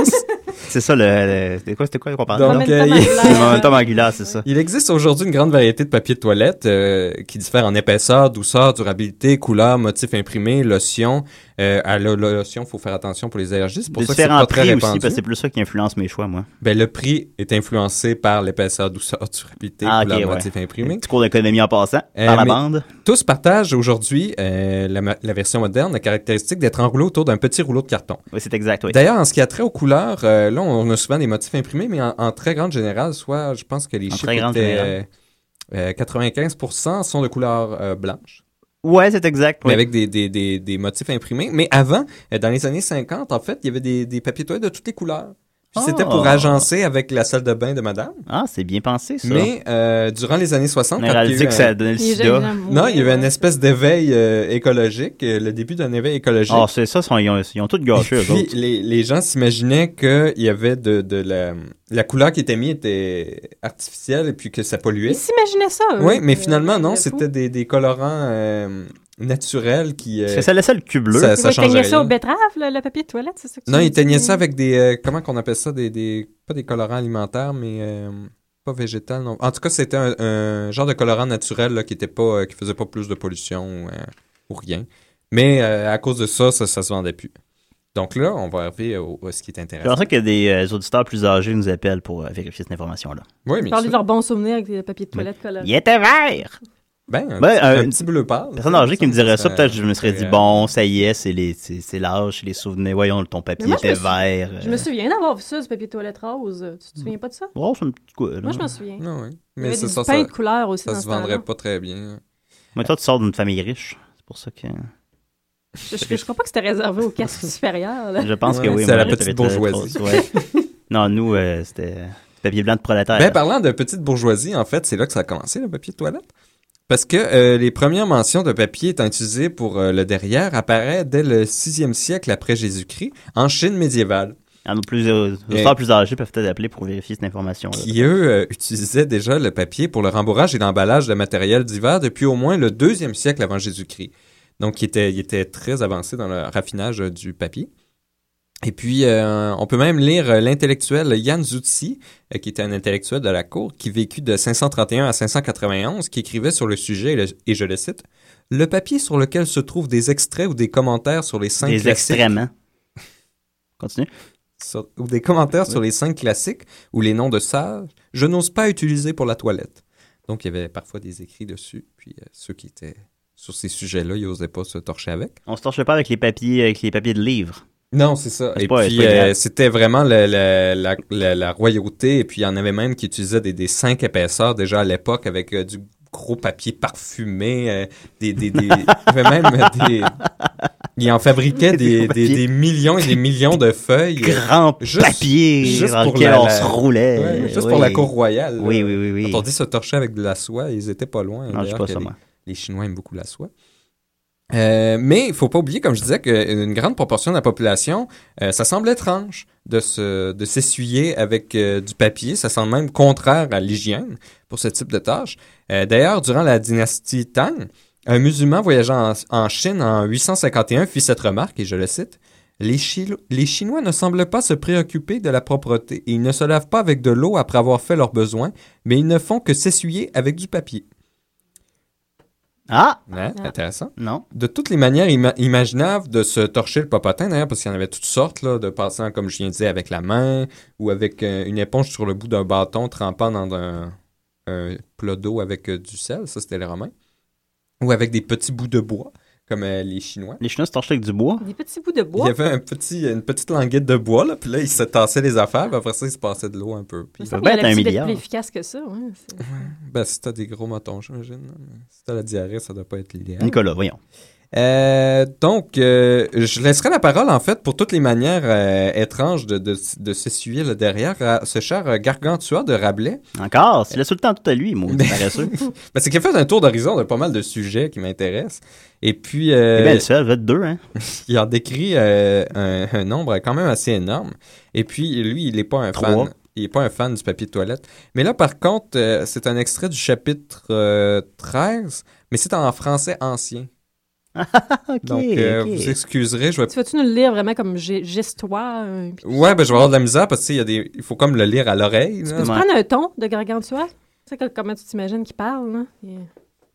Speaker 3: C'est ça le. le- C'était quoi, c'était quoi qu'on parlait?
Speaker 5: Donc,
Speaker 6: Momentum
Speaker 5: euh, il-
Speaker 6: angulaire.
Speaker 3: Le momentum angulaire, c'est ça.
Speaker 5: Il existe aujourd'hui une grande variété de papier de toilette euh, qui diffère en épaisseur, douceur, durabilité, couleur, motif imprimé, lotion. Euh, à la la lotion, faut faire attention pour les allergies. C'est pour
Speaker 3: De
Speaker 5: ça que c'est
Speaker 3: différents
Speaker 5: pas très
Speaker 3: prix aussi,
Speaker 5: répandu.
Speaker 3: parce que c'est plus ça qui influence mes choix, moi.
Speaker 5: Ben, le prix est influencé par l'épaisseur, douceur, durabilité,
Speaker 3: Ah, ok,
Speaker 5: couleur,
Speaker 3: ouais.
Speaker 5: motif
Speaker 3: Un
Speaker 5: imprimé.
Speaker 3: petit cours d'économie en passant,
Speaker 5: Euh,
Speaker 3: par la
Speaker 5: mais-
Speaker 3: bande.
Speaker 5: Tous partagent aujourd'hui euh, la, ma- la version moderne, la caractéristique d'être enroulé autour d'un petit rouleau de carton.
Speaker 3: Oui, c'est exact, oui.
Speaker 5: D'ailleurs, en ce qui a trait aux couleurs, euh, là, on a souvent des motifs imprimés, mais en, en très grande générale, soit je pense que les
Speaker 3: En
Speaker 5: chiffres
Speaker 3: très grande
Speaker 5: étaient,
Speaker 3: générale.
Speaker 5: euh, euh, 95% sont de couleur euh, blanche,
Speaker 3: Ouais, c'est exact. oui.
Speaker 5: mais avec des, des, des, des motifs imprimés. Mais avant, euh, dans les années 50, en fait, il y avait des, des papiers toilettes de toutes les couleurs. Puis C'était
Speaker 3: Ah.
Speaker 5: pour agencer avec la salle de bain de madame.
Speaker 3: Ah, c'est bien pensé, ça.
Speaker 5: Mais euh, durant les années 60,
Speaker 3: On a
Speaker 5: quand il y a eu
Speaker 3: réalisé que
Speaker 5: un-
Speaker 3: ça donnait le
Speaker 6: Il est
Speaker 3: sida.
Speaker 6: jeune,
Speaker 5: non, il y avait E une
Speaker 6: ouais.
Speaker 5: espèce d'éveil euh, écologique, euh, le début d'un éveil écologique.
Speaker 3: Ah, c'est ça, ils ont, ils ont tout
Speaker 5: Et
Speaker 3: gâché, eux
Speaker 5: puis,
Speaker 3: autres.
Speaker 5: les, les gens s'imaginaient qu'il y avait de, de la, la couleur qui était mise était artificielle et puis que ça polluait.
Speaker 6: Ils s'imaginaient ça. eux.
Speaker 5: Oui, mais
Speaker 6: Euh,
Speaker 5: finalement, non,
Speaker 6: le
Speaker 5: c'était des, des colorants euh, naturels qui... euh,
Speaker 3: Parce que ça laissait le cul bleu.
Speaker 5: ça-
Speaker 6: Ils
Speaker 5: ça changeait
Speaker 6: teignaient ça
Speaker 5: rien.
Speaker 6: au betterave, le, le papier de toilette, c'est ça que tu
Speaker 5: Non,
Speaker 6: me
Speaker 5: ils teignaient
Speaker 6: disais?
Speaker 5: ça avec des... euh, comment qu'on appelle ça? Des, des- pas des colorants alimentaires, mais... euh, pas végétal, non. En tout cas, c'était un, un genre de colorant naturel là, qui était pas, euh, qui faisait pas plus de pollution ou, euh, ou rien. Mais euh, à cause de ça, ça, ça se vendait plus. Donc là, on va arriver au, à ce qui est
Speaker 3: Je
Speaker 5: intéressant.
Speaker 3: pense que des euh, auditeurs plus âgés nous appellent pour euh, vérifier cette information-là.
Speaker 5: Oui,
Speaker 6: Ils
Speaker 5: mais
Speaker 6: parlaient de leurs bons souvenirs avec des papiers de toilette colorés.
Speaker 3: Il était vert!
Speaker 5: Ben, un,
Speaker 3: Ben,
Speaker 5: petit,
Speaker 3: euh,
Speaker 5: un petit bleu pâle.
Speaker 3: Personne âgée qui me dirait ça, peut-être je me serais dit,
Speaker 5: euh,
Speaker 3: bon, ça y est, c'est les- c'est c'est l'âge, c'est les souvenirs. Voyons, ton papier
Speaker 6: Mais moi, je
Speaker 3: était
Speaker 6: me suis-
Speaker 3: vert.
Speaker 6: Je
Speaker 3: euh.
Speaker 6: me souviens d'avoir vu ça, du papier de toilette rose. Tu te souviens pas de ça?
Speaker 3: Oh, c'est un petit coup. là.
Speaker 6: Moi, je m'en souviens.
Speaker 5: Non, oui.
Speaker 6: Il y
Speaker 5: Mais
Speaker 6: avait
Speaker 5: c'est
Speaker 6: des
Speaker 5: ça,
Speaker 6: pains
Speaker 5: ça,
Speaker 6: de couleur aussi
Speaker 5: ça
Speaker 6: dans
Speaker 5: se
Speaker 6: ce
Speaker 5: vendrait pas
Speaker 6: temps-là.
Speaker 5: très bien.
Speaker 3: Mais toi, tu sors d'une famille riche. C'est pour ça que.
Speaker 6: Je, je, je crois pas que c'était réservé aux casques supérieurs. là.
Speaker 3: Je pense que
Speaker 5: Ouais,
Speaker 3: oui.
Speaker 5: c'est
Speaker 3: moi,
Speaker 5: la
Speaker 3: j'avais très-
Speaker 5: petite bourgeoisie.
Speaker 3: trop- ouais. non, nous, euh, c'était du papier blanc de prolétaire.
Speaker 5: Ben, parlant de petite bourgeoisie, en fait, c'est là que ça a commencé, le papier de toilette. Parce que euh, les premières mentions de papier étant utilisées pour euh, le derrière apparaissent dès le 6e siècle après Jésus-Christ en Chine médiévale,
Speaker 3: Ah, nos plus, euh, nos
Speaker 5: Eh.
Speaker 3: auditeurs plus âgés peuvent peut-être appeler pour vérifier cette information-là.
Speaker 5: qui, eux, euh, utilisaient déjà le papier pour le rembourrage et l'emballage de matériel divers depuis au moins le 2e siècle avant Jésus-Christ. Donc, ils étaient, ils étaient très avancés dans le raffinage euh, du papier. Et puis, euh, on peut même lire euh, l'intellectuel Yan Zutzi, euh, qui était un intellectuel de la cour, qui vécut de 531 à 591, qui écrivait sur le sujet, et, le- et je le cite, « Le papier sur lequel se trouvent des extraits ou des commentaires sur les cinq
Speaker 3: Des
Speaker 5: classiques-
Speaker 3: extrêmes. hein. Continue.
Speaker 5: sur- ou des commentaires sur les cinq classiques ou les noms de sages, je n'ose pas utiliser pour la toilette. Donc, il y avait parfois des écrits dessus, puis euh, ceux qui étaient sur ces sujets-là, ils n'osaient pas se torcher avec.
Speaker 3: On se torche pas avec les papiers, avec les papiers de livres.
Speaker 5: Non, c'est ça.
Speaker 3: C'est
Speaker 5: Et
Speaker 3: pas-
Speaker 5: puis,
Speaker 3: c'est pas grave.
Speaker 5: euh, c'était vraiment le- le- la, la- la royauté, et puis il y en avait même qui utilisaient des, des cinq épaisseurs déjà à l'époque avec euh, du gros papier parfumé, euh, des, des, des- il y avait même euh, des... Ils en fabriquaient
Speaker 3: Des
Speaker 5: des,
Speaker 3: gros
Speaker 5: des-
Speaker 3: papiers.
Speaker 5: des millions et des millions de feuilles.
Speaker 3: Grand
Speaker 5: Juste-
Speaker 3: papier
Speaker 5: juste
Speaker 3: dans
Speaker 5: pour
Speaker 3: lequel
Speaker 5: la-
Speaker 3: on
Speaker 5: la-
Speaker 3: se roulait.
Speaker 5: Ouais, juste
Speaker 3: Oui.
Speaker 5: pour la cour royale.
Speaker 3: Oui,
Speaker 5: là.
Speaker 3: oui, oui. oui.
Speaker 5: Quand on dit se torcher avec de la soie, ils étaient pas loin.
Speaker 3: non, je
Speaker 5: hein, D'ailleurs,
Speaker 3: sais pas
Speaker 5: que
Speaker 3: ça,
Speaker 5: les,
Speaker 3: moi.
Speaker 5: les Chinois aiment beaucoup la soie. Euh, mais il faut pas oublier, comme je disais, qu'une grande proportion de la population, euh, ça semble étrange de se, de s'essuyer avec euh, du papier. Ça semble même contraire à l'hygiène pour ce type de tâche. Euh, D'ailleurs, durant la dynastie Tang, un musulman voyageant en, en Chine en 851 fit cette remarque, et je le cite, les, Chilo- les Chinois ne semblent pas se préoccuper de la propreté et ils ne se lavent pas avec de l'eau après avoir fait leurs besoins, mais ils ne font que s'essuyer avec du papier.
Speaker 3: Ah!
Speaker 5: Hein,
Speaker 6: Ah.
Speaker 5: Intéressant.
Speaker 3: Non.
Speaker 5: De toutes les manières ima- imaginables de se torcher le popotin, d'ailleurs, parce qu'il y en avait toutes sortes, là, de passant, comme je viens de dire, avec la main ou avec euh, une éponge sur le bout d'un bâton trempant dans un, un plat d'eau avec euh, du sel, ça c'était les Romains, ou avec des petits bouts de bois, comme euh, les Chinois.
Speaker 3: Les Chinois se torchaient avec du bois.
Speaker 6: Des petits bouts de
Speaker 5: Il y
Speaker 6: bois.
Speaker 5: avait un petit, une petite languette de bois, là, puis là, il se tassait les affaires, puis après ça, il se passait de l'eau un peu. Puis,
Speaker 6: Il me semble
Speaker 3: peut
Speaker 6: qu'il
Speaker 3: être un
Speaker 6: allait peut-être
Speaker 3: milliard.
Speaker 6: plus efficace que ça. ouais, c'est-
Speaker 5: ben, si t'as des gros motons, j'imagine. là, mais Si t'as la diarrhée, ça doit pas être l'idéal.
Speaker 3: Nicolas, voyons.
Speaker 5: Euh, donc, euh, je laisserai la parole, en fait, pour toutes les manières euh, étranges de, de, de s'essuyer le derrière à ce cher euh, Gargantua de Rabelais.
Speaker 3: Encore, tu laisses tout le temps tout à lui, mon paresseux.
Speaker 5: Ben, c'est qu'il a fait un tour d'horizon de pas mal de sujets qui m'intéressent. Et puis,
Speaker 3: T'es
Speaker 5: euh,
Speaker 3: bien le seul, va être deux, hein.
Speaker 5: il en décrit euh, un, un nombre quand même assez énorme. Et puis, lui, il n'est pas un
Speaker 3: Trois.
Speaker 5: fan. Il n'est pas un fan du papier de toilette. Mais là, par contre, euh, c'est un extrait du chapitre euh, 13, mais c'est en français ancien.
Speaker 3: OK,
Speaker 5: Donc, euh,
Speaker 3: OK.
Speaker 5: vous excuserez, je vais
Speaker 6: Tu vas-tu nous le lire vraiment comme gé- gestoire? euh, puis-
Speaker 5: Ouais, ben je vais avoir de la misère parce que tu sais, il y a des il faut comme le lire à l'oreille. là.
Speaker 6: Tu
Speaker 3: Ouais.
Speaker 6: prends un ton de Gargantua? Tu sais que- comment tu t'imagines qu'il parle, là? Et-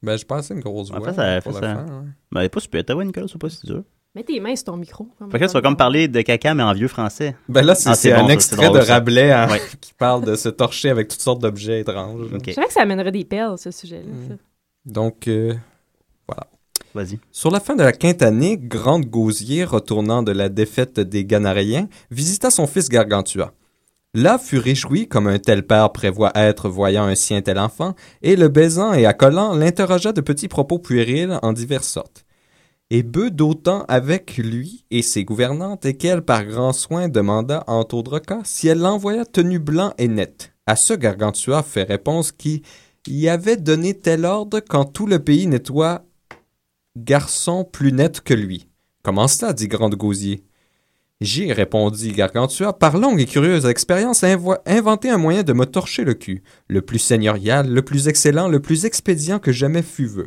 Speaker 5: Ben je pense que c'est une grosse
Speaker 3: Ouais,
Speaker 5: voix.
Speaker 3: fais ça,
Speaker 5: pour
Speaker 3: fais
Speaker 5: le
Speaker 3: ça.
Speaker 5: faire, ouais.
Speaker 3: Ben, pas super, t'as ouais, Nicolas, c'est pas si dur.
Speaker 6: Mets tes mains sur ton micro. comme-
Speaker 3: Fait que là, tu vas comme parler de caca, mais en vieux français.
Speaker 5: Ben là c'est
Speaker 3: Ah, c'est bon,
Speaker 5: c'est un
Speaker 3: ça, c'est
Speaker 5: extrait
Speaker 3: drôle,
Speaker 5: de
Speaker 3: ça.
Speaker 5: Rabelais hein,
Speaker 3: Ouais.
Speaker 5: qui parle de se torcher avec toutes sortes d'objets étranges.
Speaker 3: OK,
Speaker 6: Je savais que ça amènerait des perles, ce sujet-là.
Speaker 5: Mm.
Speaker 6: ça.
Speaker 5: Donc euh,
Speaker 3: vas-y.
Speaker 5: Sur la fin de la quinte année, Grande Gausier, retournant de la défaite des Ganariens, visita son fils Gargantua. Là fut réjoui comme un tel père prévoit être voyant un sien tel enfant, et le baisant et accolant, l'interrogea de petits propos puérils en diverses sortes. Et bœuf d'autant avec lui et ses gouvernantes, et qu'elle par grand soin demanda en autres cas si elle l'envoya tenue blanc et net. À ce Gargantua fait réponse qui y avait donné tel ordre quand tout le pays nettoie garçon plus net que lui. Comment cela dit Grande Gausier. J'ai, répondit Gargantua, par longue et curieuse expérience, invo- inventé un moyen de me torcher le cul, le plus seigneurial, le plus excellent, le plus expédient que jamais fut vu.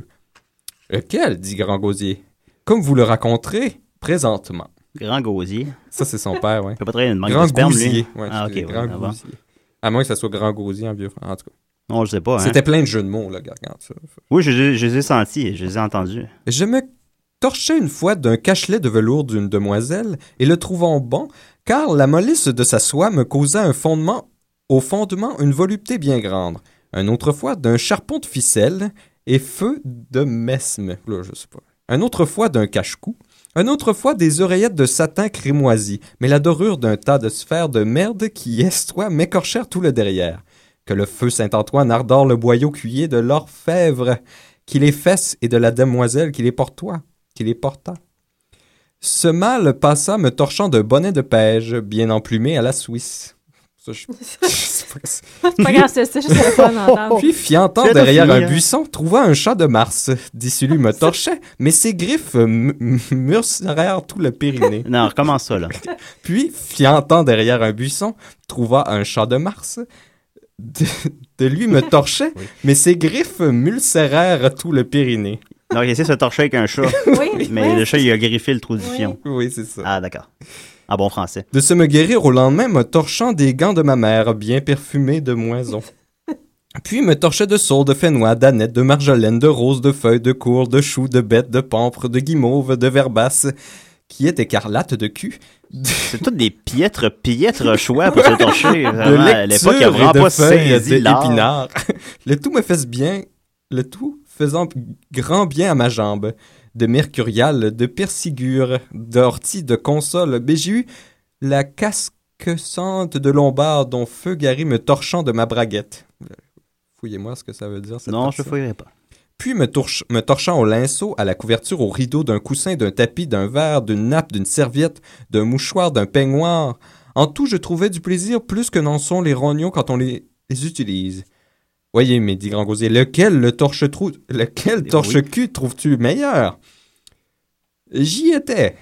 Speaker 5: Lequel dit Grand Gausier. Comme vous le raconterez présentement.
Speaker 3: Grand gosier.
Speaker 5: Ça, c'est son père, ouais.
Speaker 3: Il peut pas travailler une banque
Speaker 5: Grand
Speaker 3: de sperme,
Speaker 5: Gausier.
Speaker 3: lui.
Speaker 5: ouais,
Speaker 3: ah, ok,
Speaker 5: c'est
Speaker 3: ouais,
Speaker 5: Grand
Speaker 3: d'abord.
Speaker 5: Gausier. À moins que ça soit Grand Gausier en vieux. En tout cas,
Speaker 3: Non, je sais pas. Hein.
Speaker 5: c'était plein de jeux de mots, là, Gargantua.
Speaker 3: Oui, je, je- je les ai sentis, je les ai entendus.
Speaker 5: Je me torchais une fois d'un cachelet de velours d'une demoiselle, et le trouvant bon, car la mollesse de sa soie me causa un fondement, au fondement une volupté bien grande. Un autre fois d'un charpon de ficelle et feu de mesme. Là, je sais pas. Un autre fois d'un cache-cou. Un autre fois des oreillettes de satin crémoisi, mais la dorure d'un tas de sphères de merde qui estoient m'écorchèrent tout le derrière. Que le feu Saint-Antoine ardore le boyau cuillé de l'orfèvre qui les fesses et de la demoiselle qui les portoit, qui les porta. Ce mâle passa me torchant d'un bonnet de pêche, bien emplumé à la Suisse. Ça, je- c'est pas- c'est-
Speaker 6: C'est pas grave, c'est c'est juste le fun d'entendre.
Speaker 5: Puis, fiantant
Speaker 3: C'est
Speaker 5: derrière
Speaker 3: fini,
Speaker 5: un
Speaker 3: hein.
Speaker 5: buisson, trouva un chat de Mars. D'ici lui me torchait, mais ses griffes euh, m- m- murcèrent tout le périnée.
Speaker 3: Non, recommence ça, là.
Speaker 5: Puis, fiantant derrière un buisson, trouva un chat de Mars. De, de lui me torchait, mais ses griffes mulcérèrent tout le périnée.
Speaker 3: Donc, il essaie de se torcher avec un chat,
Speaker 6: Oui,
Speaker 3: mais
Speaker 6: oui.
Speaker 3: le chat, il a griffé le trou du fion.
Speaker 5: Oui, c'est ça.
Speaker 3: Ah, d'accord. Ah, bon français.
Speaker 5: de se me guérir au lendemain me torchant des gants de ma mère, bien parfumés de moison. Puis me torchait de saules, de fénois, d'aneth, de marjolaine, de roses, de feuilles, de cours, de choux, de bêtes, de pampres, de guimauves, de verbasses, qui est écarlate de cul,
Speaker 3: C'est tous des piètres, piètres choix pour se torcher.
Speaker 5: de
Speaker 3: Vraiment, à l'époque, il n'y a
Speaker 5: lecture
Speaker 3: vraiment
Speaker 5: et de
Speaker 3: pas
Speaker 5: feuilles
Speaker 3: saisi
Speaker 5: de
Speaker 3: l'art.
Speaker 5: épinards. Le tout me faisait bien, le tout faisant grand bien à ma jambe. De mercurial, de persigure, d'ortie, de console, mais j'ai eu la casquescente de lombard dont feu Gary me torchant de ma braguette. Euh, Fouillez-moi ce que ça veut dire. cette
Speaker 3: Non, je
Speaker 5: partie-là.
Speaker 3: ne fouillerai pas.
Speaker 5: Puis me, tourche- me torchant au linceau, à la couverture, au rideau, d'un coussin, d'un tapis, d'un verre, d'une nappe, d'une serviette, d'un mouchoir, d'un peignoir. En tout, je trouvais du plaisir plus que n'en sont les rognons quand on les, les utilise. Voyez, mais dit Grand Gosier, lequel le torche-trou, lequel
Speaker 3: Eh
Speaker 5: torche-cul trouves-tu meilleur J'y étais.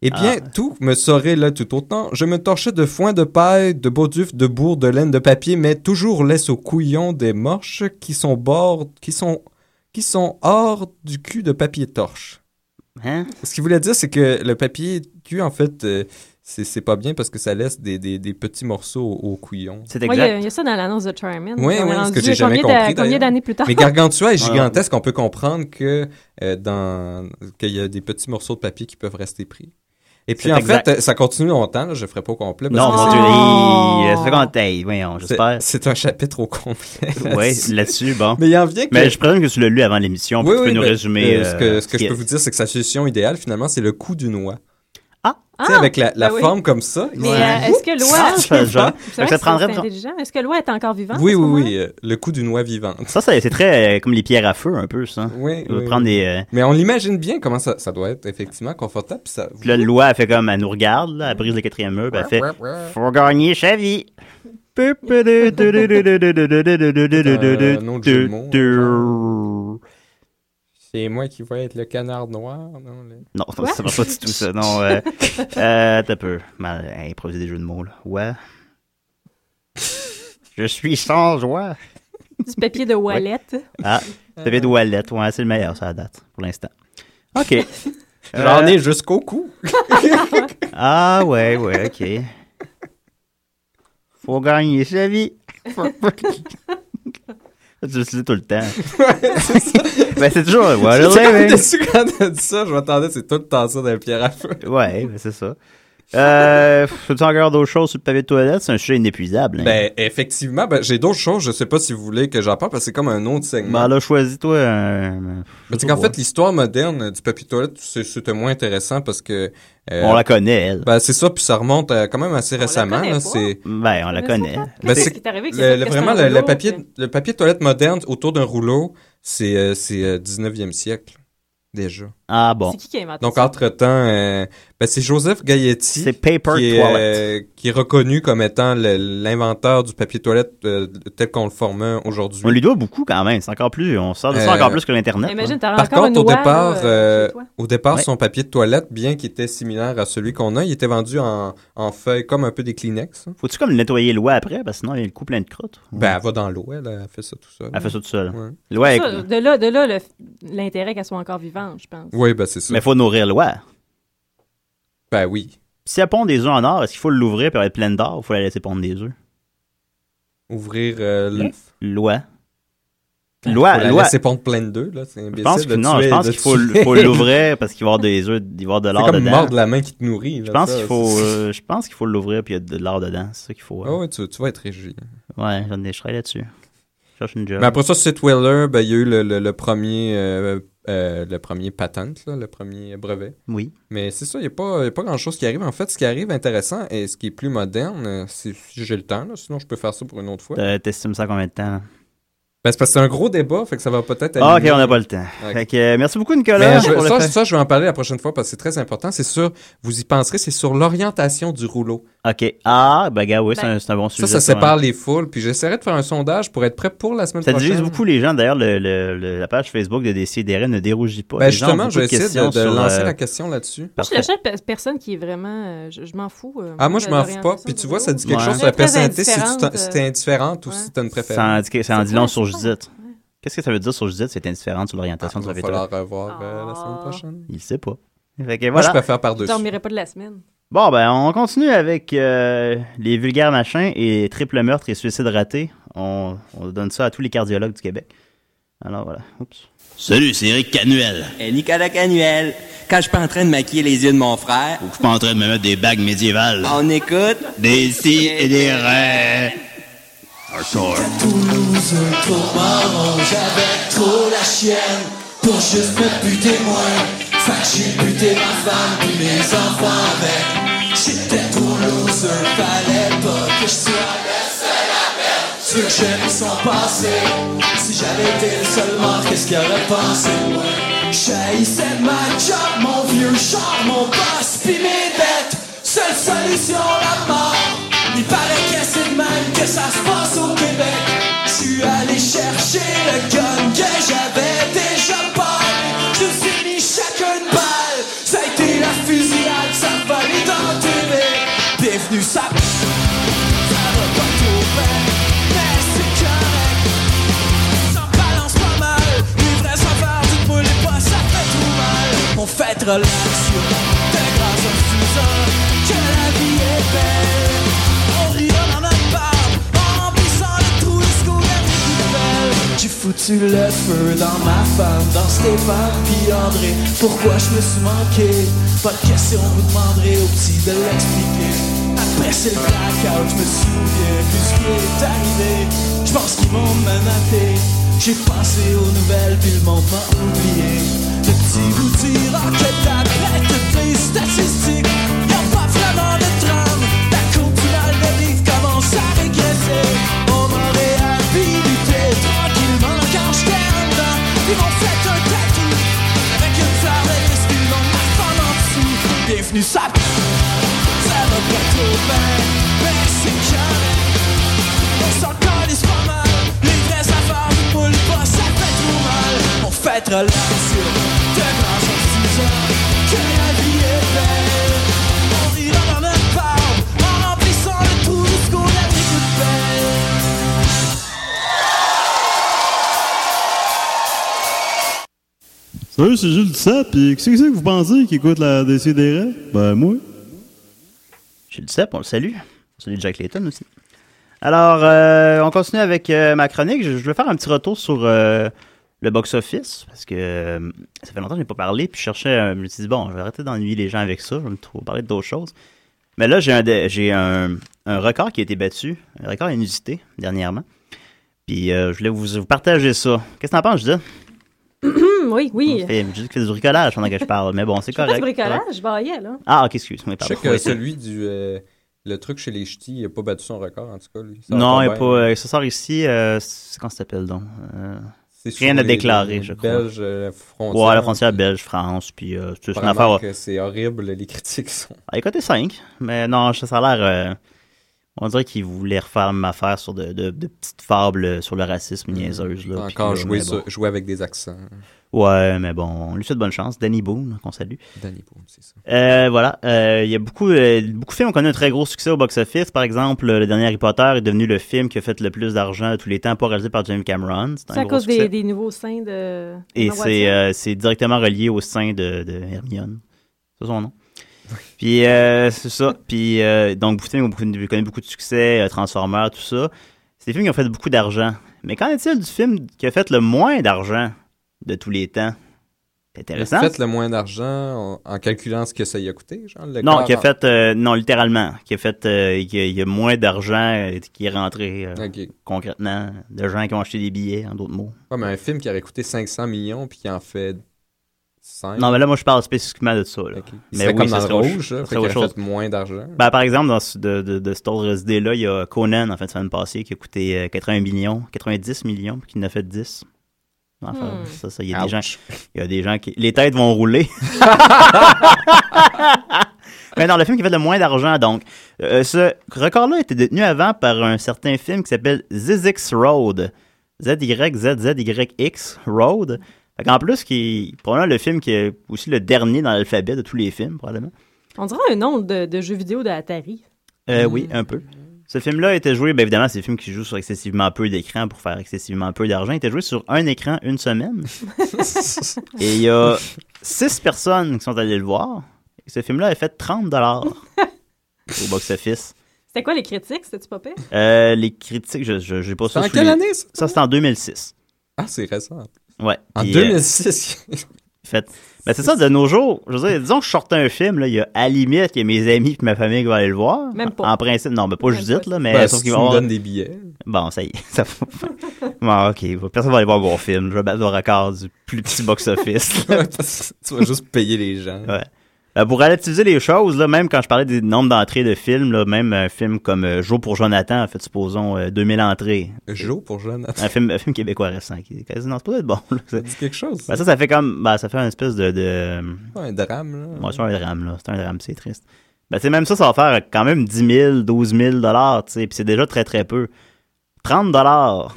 Speaker 5: Eh bien,
Speaker 3: Ah.
Speaker 5: tout me saurait là tout autant. Je me torchais de foin de paille, de borduf, de bourre, de laine, de papier, mais toujours laisse au couillon des morches qui sont bords, qui sont, qui sont hors du cul de papier torche.
Speaker 3: Hein?
Speaker 5: Ce qu'il voulait dire, c'est que le papier cul, en fait, euh, c'est c'est pas bien parce que ça laisse des, des- des petits morceaux au, au couillon.
Speaker 3: C'est
Speaker 6: Ouais, Il y a-
Speaker 3: exact.
Speaker 6: il y, a ça dans l'annonce de Charmin.
Speaker 5: Ouais,
Speaker 6: On est
Speaker 5: ouais, ce
Speaker 6: rendu
Speaker 5: que j'ai jamais
Speaker 6: combien d'a-
Speaker 5: compris,
Speaker 6: Combien
Speaker 5: d'ailleurs.
Speaker 6: d'années plus tard?
Speaker 5: Mais Gargantua est
Speaker 3: Ouais.
Speaker 5: gigantesque, on peut comprendre que euh, dans qu'il y a des petits morceaux de papier qui peuvent rester pris. Et puis
Speaker 3: C'est
Speaker 5: en
Speaker 3: exact.
Speaker 5: fait, euh, ça continue longtemps, là, je ferai pas au complet. parce
Speaker 3: Non,
Speaker 5: que
Speaker 3: mon
Speaker 5: c'est-
Speaker 3: Dieu,
Speaker 6: Oh.
Speaker 3: hey, seconde taille, voyons,
Speaker 5: c'est-
Speaker 3: j'espère.
Speaker 5: C'est un chapitre au complet.
Speaker 3: Oui, là-dessus, bon.
Speaker 5: Mais il en vient que.
Speaker 3: Mais je présume que tu l'as lu avant l'émission, puis
Speaker 5: Oui,
Speaker 3: tu peux
Speaker 5: oui,
Speaker 3: nous
Speaker 5: mais,
Speaker 3: résumer.
Speaker 5: euh, ce
Speaker 3: euh,
Speaker 5: que, ce que
Speaker 3: qui
Speaker 5: je peux
Speaker 3: est-
Speaker 5: vous dire, c'est que sa solution idéale, finalement, c'est le coup du noix.
Speaker 6: Ah,
Speaker 5: tu sais, avec la, la
Speaker 6: ben oui.
Speaker 5: forme comme ça.
Speaker 6: Mais
Speaker 3: Ouais.
Speaker 6: euh, est-ce que
Speaker 3: Ah,
Speaker 6: Loi...
Speaker 3: ça, genre. Fait
Speaker 6: C'est vrai
Speaker 3: que ça
Speaker 6: que c'est- c'est
Speaker 3: prendrait.
Speaker 6: intelligent. Est-ce que Loi est encore vivante?
Speaker 5: oui,
Speaker 6: à ce
Speaker 5: oui,
Speaker 6: moment-là?
Speaker 5: oui, euh, le coup du noix vivante.
Speaker 3: Ça, ça, c'est très euh, comme les pierres à feu, un peu, ça.
Speaker 5: Oui,
Speaker 3: On va
Speaker 5: oui,
Speaker 3: prendre des. euh,
Speaker 5: Mais on l'imagine bien comment ça, ça doit être effectivement confortable. puis ça...
Speaker 3: Puis là, loi, elle fait comme, elle nous regarde, là, elle brise le quatrième mur, puis elle fait Faut gagner sa vie.
Speaker 5: un autre jeu de mots, genre.
Speaker 3: Non,
Speaker 5: C'est moi qui vais être le canard noir. Non, le-
Speaker 6: Quoi?
Speaker 3: ça marche pas du tout, ça. Non, euh, euh, t'as peu. Mal, euh, improviser des jeux de mots, là. Ouais. Je suis sans joie.
Speaker 6: Du papier de wallet.
Speaker 5: Euh.
Speaker 3: Ah, t'avais de wallet, ouais, c'est le meilleur, ça, à date, pour l'instant. OK. Euh,
Speaker 5: J'en ai jusqu'au cou.
Speaker 3: Ah ouais, ouais, ok. Faut gagner sa vie. Je le dis tout le temps. ben c'est toujours what a
Speaker 5: J'étais
Speaker 3: living.
Speaker 5: déçu quand t'as dit ça. Je m'attendais, c'est tout le temps ça d'un pierre à feu.
Speaker 3: Ouais, ben c'est ça. Euh, Faut-tu encore d'autres choses sur le papier de toilette? C'est un sujet inépuisable. hein.
Speaker 5: Ben, effectivement, ben, j'ai d'autres choses. Je sais pas si vous voulez que j'en parle parce que c'est comme un autre segment.
Speaker 3: Ben là, choisis-toi un...
Speaker 5: Mais c'est qu'en fait, l'histoire moderne du papier toilette, c'est- c'était moins intéressant parce que. euh,
Speaker 3: On la connaît, elle.
Speaker 5: ben, c'est ça, puis ça remonte à quand même assez
Speaker 6: la
Speaker 5: récemment.
Speaker 6: connaît
Speaker 5: là,
Speaker 6: pas.
Speaker 5: c'est
Speaker 3: Ben, on la
Speaker 6: Mais
Speaker 3: connaît.
Speaker 6: ça,
Speaker 5: Ben,
Speaker 6: Qu'est-ce
Speaker 5: c'est-
Speaker 6: qui est arrivé?
Speaker 5: le- le- vraiment le, le papier, le papier toilette moderne autour d'un rouleau, c'est euh, c'est euh, 19e siècle déjà.
Speaker 3: Ah
Speaker 6: Bon.
Speaker 3: bon.
Speaker 6: C'est qui qui a inventé
Speaker 5: Donc
Speaker 6: ça?
Speaker 5: entre-temps, euh, ben, c'est Joseph Gailletti.
Speaker 3: C'est paper
Speaker 5: qui est,
Speaker 3: toilette.
Speaker 5: euh, qui est reconnu comme étant le- l'inventeur du papier toilette euh, tel qu'on le forme aujourd'hui.
Speaker 3: On lui doit beaucoup quand même. C'est encore plus... On sort de ça
Speaker 5: Euh,
Speaker 3: encore plus que l'Internet. hein.
Speaker 6: Eh, Imagine, t'as
Speaker 5: Par
Speaker 6: encore
Speaker 5: contre,
Speaker 6: une
Speaker 5: au
Speaker 6: oie,
Speaker 5: départ,
Speaker 6: là,
Speaker 5: euh,
Speaker 6: chez toi.
Speaker 5: au départ,
Speaker 3: Ouais.
Speaker 5: son papier de toilette, bien qu'il était similaire à celui qu'on a, il était vendu en, en feuilles, comme un peu des Kleenex. hein.
Speaker 3: Faut-tu comme nettoyer l'eau après? Parce que sinon, il y a le coup plein de crottes.
Speaker 5: Ben, elle va dans l'eau, elle, elle fait ça tout seul.
Speaker 3: Elle fait ça toute seule.
Speaker 5: Mm. Ouais.
Speaker 3: L'oie, elle-
Speaker 6: Ça, de là, de là le- l'intérêt qu'elle soit encore vivante, je pense.
Speaker 5: Oui, ben c'est ça.
Speaker 3: mais faut nourrir l'oie.
Speaker 5: Ben oui.
Speaker 3: Si elle pond des œufs en or, est-ce qu'il faut l'ouvrir pour être pleine d'or ou faut la laisser pondre des œufs?
Speaker 5: Ouvrir euh, le...
Speaker 3: L'oie. L'oie,
Speaker 5: Ben, Faut la
Speaker 3: l'oie.
Speaker 5: laisser pondre plein de deux, là, c'est
Speaker 3: Ah, Je
Speaker 5: imbécile.
Speaker 3: pense que
Speaker 5: de
Speaker 3: non,
Speaker 5: tuer-
Speaker 3: je pense
Speaker 5: de
Speaker 3: qu'il faut,
Speaker 5: tuer-
Speaker 3: faut l'ouvrir parce qu'il va y avoir des œufs, il va y avoir de
Speaker 5: C'est
Speaker 3: l'or
Speaker 5: comme
Speaker 3: dedans.
Speaker 5: mordre la main qui te nourrit. là,
Speaker 3: Je pense
Speaker 5: ça,
Speaker 3: qu'il faut,
Speaker 5: c'est-
Speaker 3: euh, je pense qu'il faut l'ouvrir puis il y a de l'or dedans. C'est ça qu'il faut.
Speaker 5: Ah
Speaker 3: euh.
Speaker 5: ouais, tu, tu vas être régi.
Speaker 3: Ouais, j'en ai, je travaille là-dessus. Je cherche une job.
Speaker 5: Mais après ça, Seth Weller, ben, il y a eu le, le- le premier, euh, euh, le premier patente, là, le premier brevet.
Speaker 3: Oui.
Speaker 5: Mais c'est ça, il n'y a pas, il y a pas grand-chose qui arrive. En fait, ce qui arrive intéressant et ce qui est plus moderne, euh, si, si j'ai le temps, là, sinon je peux faire ça pour une autre fois.
Speaker 3: Euh, T'estimes ça combien de temps? là?
Speaker 5: Ben, c'est parce que c'est un gros débat, fait que ça va peut-être
Speaker 3: Ah, ok,
Speaker 5: allumer.
Speaker 3: on n'a pas le temps.
Speaker 5: Ok.
Speaker 3: Fait que, euh, merci beaucoup,
Speaker 5: Mais
Speaker 3: Nicolas.
Speaker 5: je-
Speaker 3: pour le
Speaker 5: ça,
Speaker 3: fait.
Speaker 5: ça, je vais en parler la prochaine fois parce que c'est très important. C'est sûr, vous y penserez, c'est sur l'orientation du rouleau.
Speaker 3: Ok. Ah, ben, gars, oui, c'est
Speaker 6: Ben,
Speaker 3: un, c'est un bon
Speaker 5: Ça,
Speaker 3: sujet.
Speaker 5: ça
Speaker 3: ouais.
Speaker 5: sépare les foules. Puis j'essaierai de faire un sondage pour être prêt pour la semaine
Speaker 3: Ça
Speaker 5: prochaine.
Speaker 3: divise beaucoup les gens. D'ailleurs, le- le- le- la page Facebook de DCDR ne dérougit pas.
Speaker 5: Ben,
Speaker 3: Les gens ont
Speaker 5: justement,
Speaker 3: beaucoup
Speaker 5: je vais essayer de,
Speaker 3: questions
Speaker 5: de
Speaker 3: sur,
Speaker 5: lancer
Speaker 3: euh,
Speaker 5: la question là-dessus.
Speaker 6: Moi, je suis la seule pe- personne qui est vraiment. euh, je je m'en fous. euh,
Speaker 5: Ah, moi, je
Speaker 6: de
Speaker 5: m'en fous pas.
Speaker 6: l'orientation
Speaker 5: Puis tu
Speaker 6: du
Speaker 5: vois, ça
Speaker 6: boulot.
Speaker 5: dit quelque
Speaker 3: Ouais.
Speaker 5: chose sur
Speaker 6: Très,
Speaker 5: la
Speaker 6: très
Speaker 5: personnalité si tu t'en-
Speaker 6: indifférente,
Speaker 5: si t'es indifférente ou si t'as une
Speaker 3: Ça en
Speaker 5: préférence.
Speaker 3: dit, ça en
Speaker 6: C'est
Speaker 3: dit
Speaker 6: quoi,
Speaker 3: long sur
Speaker 6: c'est
Speaker 3: Judith. Qu'est-ce que ça veut dire sur Judith? C'est indifférent sur l'orientation
Speaker 5: Il
Speaker 3: sur
Speaker 5: Ah, va
Speaker 3: la
Speaker 5: falloir revoir euh, la
Speaker 6: Ah.
Speaker 5: semaine prochaine.
Speaker 3: Il sait pas. Fait que
Speaker 5: Moi, je
Speaker 3: voilà.
Speaker 5: préfère
Speaker 6: Je
Speaker 5: par-dessus.
Speaker 6: dormirai pas de la semaine.
Speaker 3: Bon, ben, on continue avec euh, les vulgaires machins et triple meurtre et suicide raté. On, on donne ça à tous les cardiologues du Québec. Alors voilà. Oups.
Speaker 7: Salut, c'est Eric Canuel.
Speaker 8: Et Nicolas Canuel, quand je suis pas en train de maquiller les yeux de mon frère,
Speaker 7: Je suis pas en train de me mettre des bagues médiévales.
Speaker 8: on écoute.
Speaker 7: Des si et des raies. Ah, hein. Hardcore.
Speaker 9: Pour maman, j'avais trop la chienne Pour juste me buter moi Fait que j'ai buté ma femme Puis mes enfants avec J'étais trop loser Fallait pas que je sois le seul à perdre Ceux que j'aime sont passés Si j'avais été le seul mort Qu'est-ce qu'il aurait pensé de moi J'haïssais ma job Mon vieux char, mon boss Puis mes dettes Seule solution, la mort Il paraît que c'est de même que ça se passe au Québec Je suis allé chercher le gun que j'avais déjà pas Je me suis mis chacun une balle Ça a été la fusillade, ça valait dans TV Bienvenue, ça... Ça va pas tout bien, mais c'est correct ça balance pas mal Les vrais enfants du poule et pas ça fait tout mal On fait l'action de grâce au fusain Que la vie est belle On rira dans notre barbe En remplissant le trou jusqu'au dernier poubelle J'ai foutu le feu dans ma femme Dans Stéphane puis André Pourquoi je me suis manqué Pas de question, vous demanderez au petit de l'expliquer après c'est le blackout, je me souviens plus ce qui est arrivé. Je pense qu'ils m'ont menacé. J'ai passé aux nouvelles, puis le monde m'a oublié. Le petit vous dira que ta tête des statistiques. Y'a pas vraiment de trame. La coupe finale de livre commence à régresser. On m'a réhabilité tranquillement quand j'étais en dedans. Ils m'ont fait un tatou avec une fleur de l'esprit, on m'a femme en dessous. Bienvenue, ça ça va pas trop bien, mais c'est correct. On s'en calisse pas mal. Les vraies affaires ne poulent pas, ça fait trop mal. On fait relation de grâce aux sous-hommes. Que la vie est belle. On rira dans notre barbe en remplissant le trou jusqu'au dernier coup de pelle.
Speaker 10: Eux, c'est juste ça, puis qu'est-ce que c'est que vous pensez qui écoute la DCDR? Ben, moi.
Speaker 3: Chez le CEP, on le salue. On salue Jack Layton aussi. Alors, euh, on continue avec euh, ma chronique. Je, je vais faire un petit retour sur euh, le box-office parce que euh, ça fait longtemps que je n'ai pas parlé. Puis je cherchais, euh, je me suis dit, bon, je vais arrêter d'ennuyer les gens avec ça. Je vais me trouver parler d'autres choses. Mais là, j'ai un, dé- j'ai un, un record qui a été battu, un record inusité dernièrement. Puis euh, je voulais vous, vous partager ça. Qu'est-ce que t'en penses, je dis? Hmm,
Speaker 6: Hum, oui, oui.
Speaker 3: Je fais, je dis que je fais du bricolage pendant que je parle, mais bon, c'est
Speaker 6: Pas
Speaker 3: correct.
Speaker 6: de bricolage, baillais, là.
Speaker 3: Ah, ok, excuse-moi,
Speaker 5: Je
Speaker 3: pardon.
Speaker 5: sais que
Speaker 3: Oui.
Speaker 5: celui du. euh, le truc chez les ch'tis, il n'a pas battu son record, en tout cas. Lui. Ça
Speaker 3: Non,
Speaker 5: va
Speaker 3: il n'y a
Speaker 5: bien. hein.
Speaker 3: pas. euh, ça sort ici, euh, c'est quand ça s'appelle donc Euh,
Speaker 5: C'est
Speaker 3: rien
Speaker 5: sur
Speaker 3: à
Speaker 5: les-
Speaker 3: déclarer,
Speaker 5: les
Speaker 3: je crois.
Speaker 5: Belges, euh, la frontière.
Speaker 3: Ouais, la frontière belge, France, puis euh, c'est une
Speaker 5: Apparemment
Speaker 3: affaire.
Speaker 5: que C'est horrible, les critiques sont.
Speaker 3: Ah, côté 5, mais non, ça ça a l'air. euh, on dirait qu'ils voulaient refaire ma affaire sur de, de- de petites fables euh, sur le racisme niaiseuse. Là, puis
Speaker 5: Hmm. Encore
Speaker 3: que,
Speaker 5: jouer,
Speaker 3: mais
Speaker 5: sur- jouer avec des accents.
Speaker 3: bon. Ouais, mais bon, on lui souhaite bonne chance. Danny Boone, qu'on salue.
Speaker 5: Danny Boone, c'est ça.
Speaker 3: Euh, voilà, euh, il y a beaucoup, euh, beaucoup de films ont connu un très gros succès au box-office. Par exemple, euh, le dernier Harry Potter est devenu le film qui a fait le plus d'argent de tous les temps, pas réalisé par James Cameron. C'est un
Speaker 6: C'est à
Speaker 3: gros
Speaker 6: cause
Speaker 3: succès.
Speaker 6: des, des nouveaux seins de.
Speaker 3: Et
Speaker 6: Emma
Speaker 3: c'est
Speaker 6: Watson.
Speaker 3: euh, c'est directement relié au sein de, de Hermione. C'est son nom. Puis euh, c'est ça. Puis euh, donc, beaucoup de films ont beaucoup- connu beaucoup de succès, euh, Transformers, tout ça. C'est des films qui ont fait beaucoup d'argent. Mais qu'en est-il du film qui a fait le moins d'argent de tous les temps? C'est intéressant.
Speaker 5: Faites le moins d'argent en, en calculant ce que ça y a coûté, genre. Le
Speaker 3: Non,
Speaker 5: quart
Speaker 3: qui a
Speaker 5: en-
Speaker 3: fait, euh, non, littéralement, qui a fait, euh, qui a- il y a moins d'argent euh, qui est rentré euh,
Speaker 5: Ok.
Speaker 3: concrètement, de gens qui ont acheté des billets, en d'autres mots.
Speaker 5: Ouais, mais un film qui aurait coûté 500 millions puis qui en fait 5.
Speaker 3: Non, mais là, moi, je parle spécifiquement de ça. Là.
Speaker 5: Mais
Speaker 3: Mais oui,
Speaker 5: comme
Speaker 3: ça
Speaker 5: dans le
Speaker 3: serait autre-
Speaker 5: rouge,
Speaker 3: ça
Speaker 5: là,
Speaker 3: serait
Speaker 5: fait qu'il
Speaker 3: autre
Speaker 5: a
Speaker 3: chose.
Speaker 5: fait moins d'argent.
Speaker 3: Ben, par exemple, dans ce- de, de, de cette autre idée-là, il y a Conan en fin de semaine passée qui a coûté euh, 80 millions, 90 millions, puis qui en a fait 10. Enfin,
Speaker 6: Hmm.
Speaker 3: ça, ça, il y a des
Speaker 5: Ouch.
Speaker 3: gens. Il y a des gens qui. Les têtes vont rouler. Mais dans le film qui fait le moins d'argent, donc. Euh, ce record-là était détenu avant par un certain film qui s'appelle ZX Road. Z-Y-Z-Z-Y-X Road. en plus, qui est probablement le film qui est aussi le dernier dans l'alphabet de tous les films, probablement.
Speaker 6: On dirait un nom de, de jeu vidéo de Atari.
Speaker 3: Euh,
Speaker 6: Mm.
Speaker 3: Oui, un peu. Ce film-là était joué, bien évidemment, c'est des films qui jouent sur excessivement peu d'écran pour faire excessivement peu d'argent. Il était joué sur un écran une semaine. Et il y a six personnes qui sont allées le voir. Et ce film-là a fait 30 au box-office.
Speaker 6: C'était quoi les critiques? C'était-tu pas pire?
Speaker 3: Euh, les critiques, je je- j'ai pas
Speaker 5: C'est
Speaker 3: ça.
Speaker 5: en
Speaker 3: sous
Speaker 5: quelle
Speaker 3: les-
Speaker 5: année, ça?
Speaker 3: Ça, c'est en 2006.
Speaker 5: Ah, c'est récent.
Speaker 3: Ouais.
Speaker 5: En
Speaker 3: Puis, euh,
Speaker 5: 2006.
Speaker 3: fait. Ben, c'est ça, de nos jours, je veux dire, disons que je sortais un film, là, il y a à la limite qu'il y a mes amis et ma famille qui vont aller le voir.
Speaker 6: Même pas.
Speaker 3: En principe, non, mais pas
Speaker 6: Même
Speaker 3: Judith,
Speaker 6: pas.
Speaker 3: là, mais
Speaker 5: Ben,
Speaker 3: sauf
Speaker 5: si
Speaker 3: qu'il va
Speaker 5: tu
Speaker 3: y
Speaker 5: me
Speaker 3: avoir-
Speaker 5: donnes des billets.
Speaker 3: Bon, ça y est, ça va. bon, ok, personne va aller voir mon film. Je vais battre le record du plus petit box-office.
Speaker 5: Ouais, parce que tu vas juste payer les gens.
Speaker 3: Ouais. Euh, pour relativiser les choses, là, même quand je parlais des nombres d'entrées de films, là, même un film comme euh, Jour pour Jonathan a fait, supposons, euh, 2000 entrées.
Speaker 5: Joe pour Jonathan.
Speaker 3: Un film, un film québécois récent. Qui, qui- non, c'est pas être bon. là.
Speaker 5: Ça
Speaker 3: C'est-
Speaker 5: dit quelque chose.
Speaker 3: Ben,
Speaker 5: ça?
Speaker 3: ça, ça fait comme. Ben, ça fait un espèce de. de...
Speaker 5: C'est pas un drame,
Speaker 3: Bon,
Speaker 5: là.
Speaker 3: c'est un drame, là. C'est un drame, c'est triste. Ben, tu sais, même ça, ça va faire quand même 10 000, 12 000 dollars, tu sais, puis c'est déjà très, très peu. 30 dollars!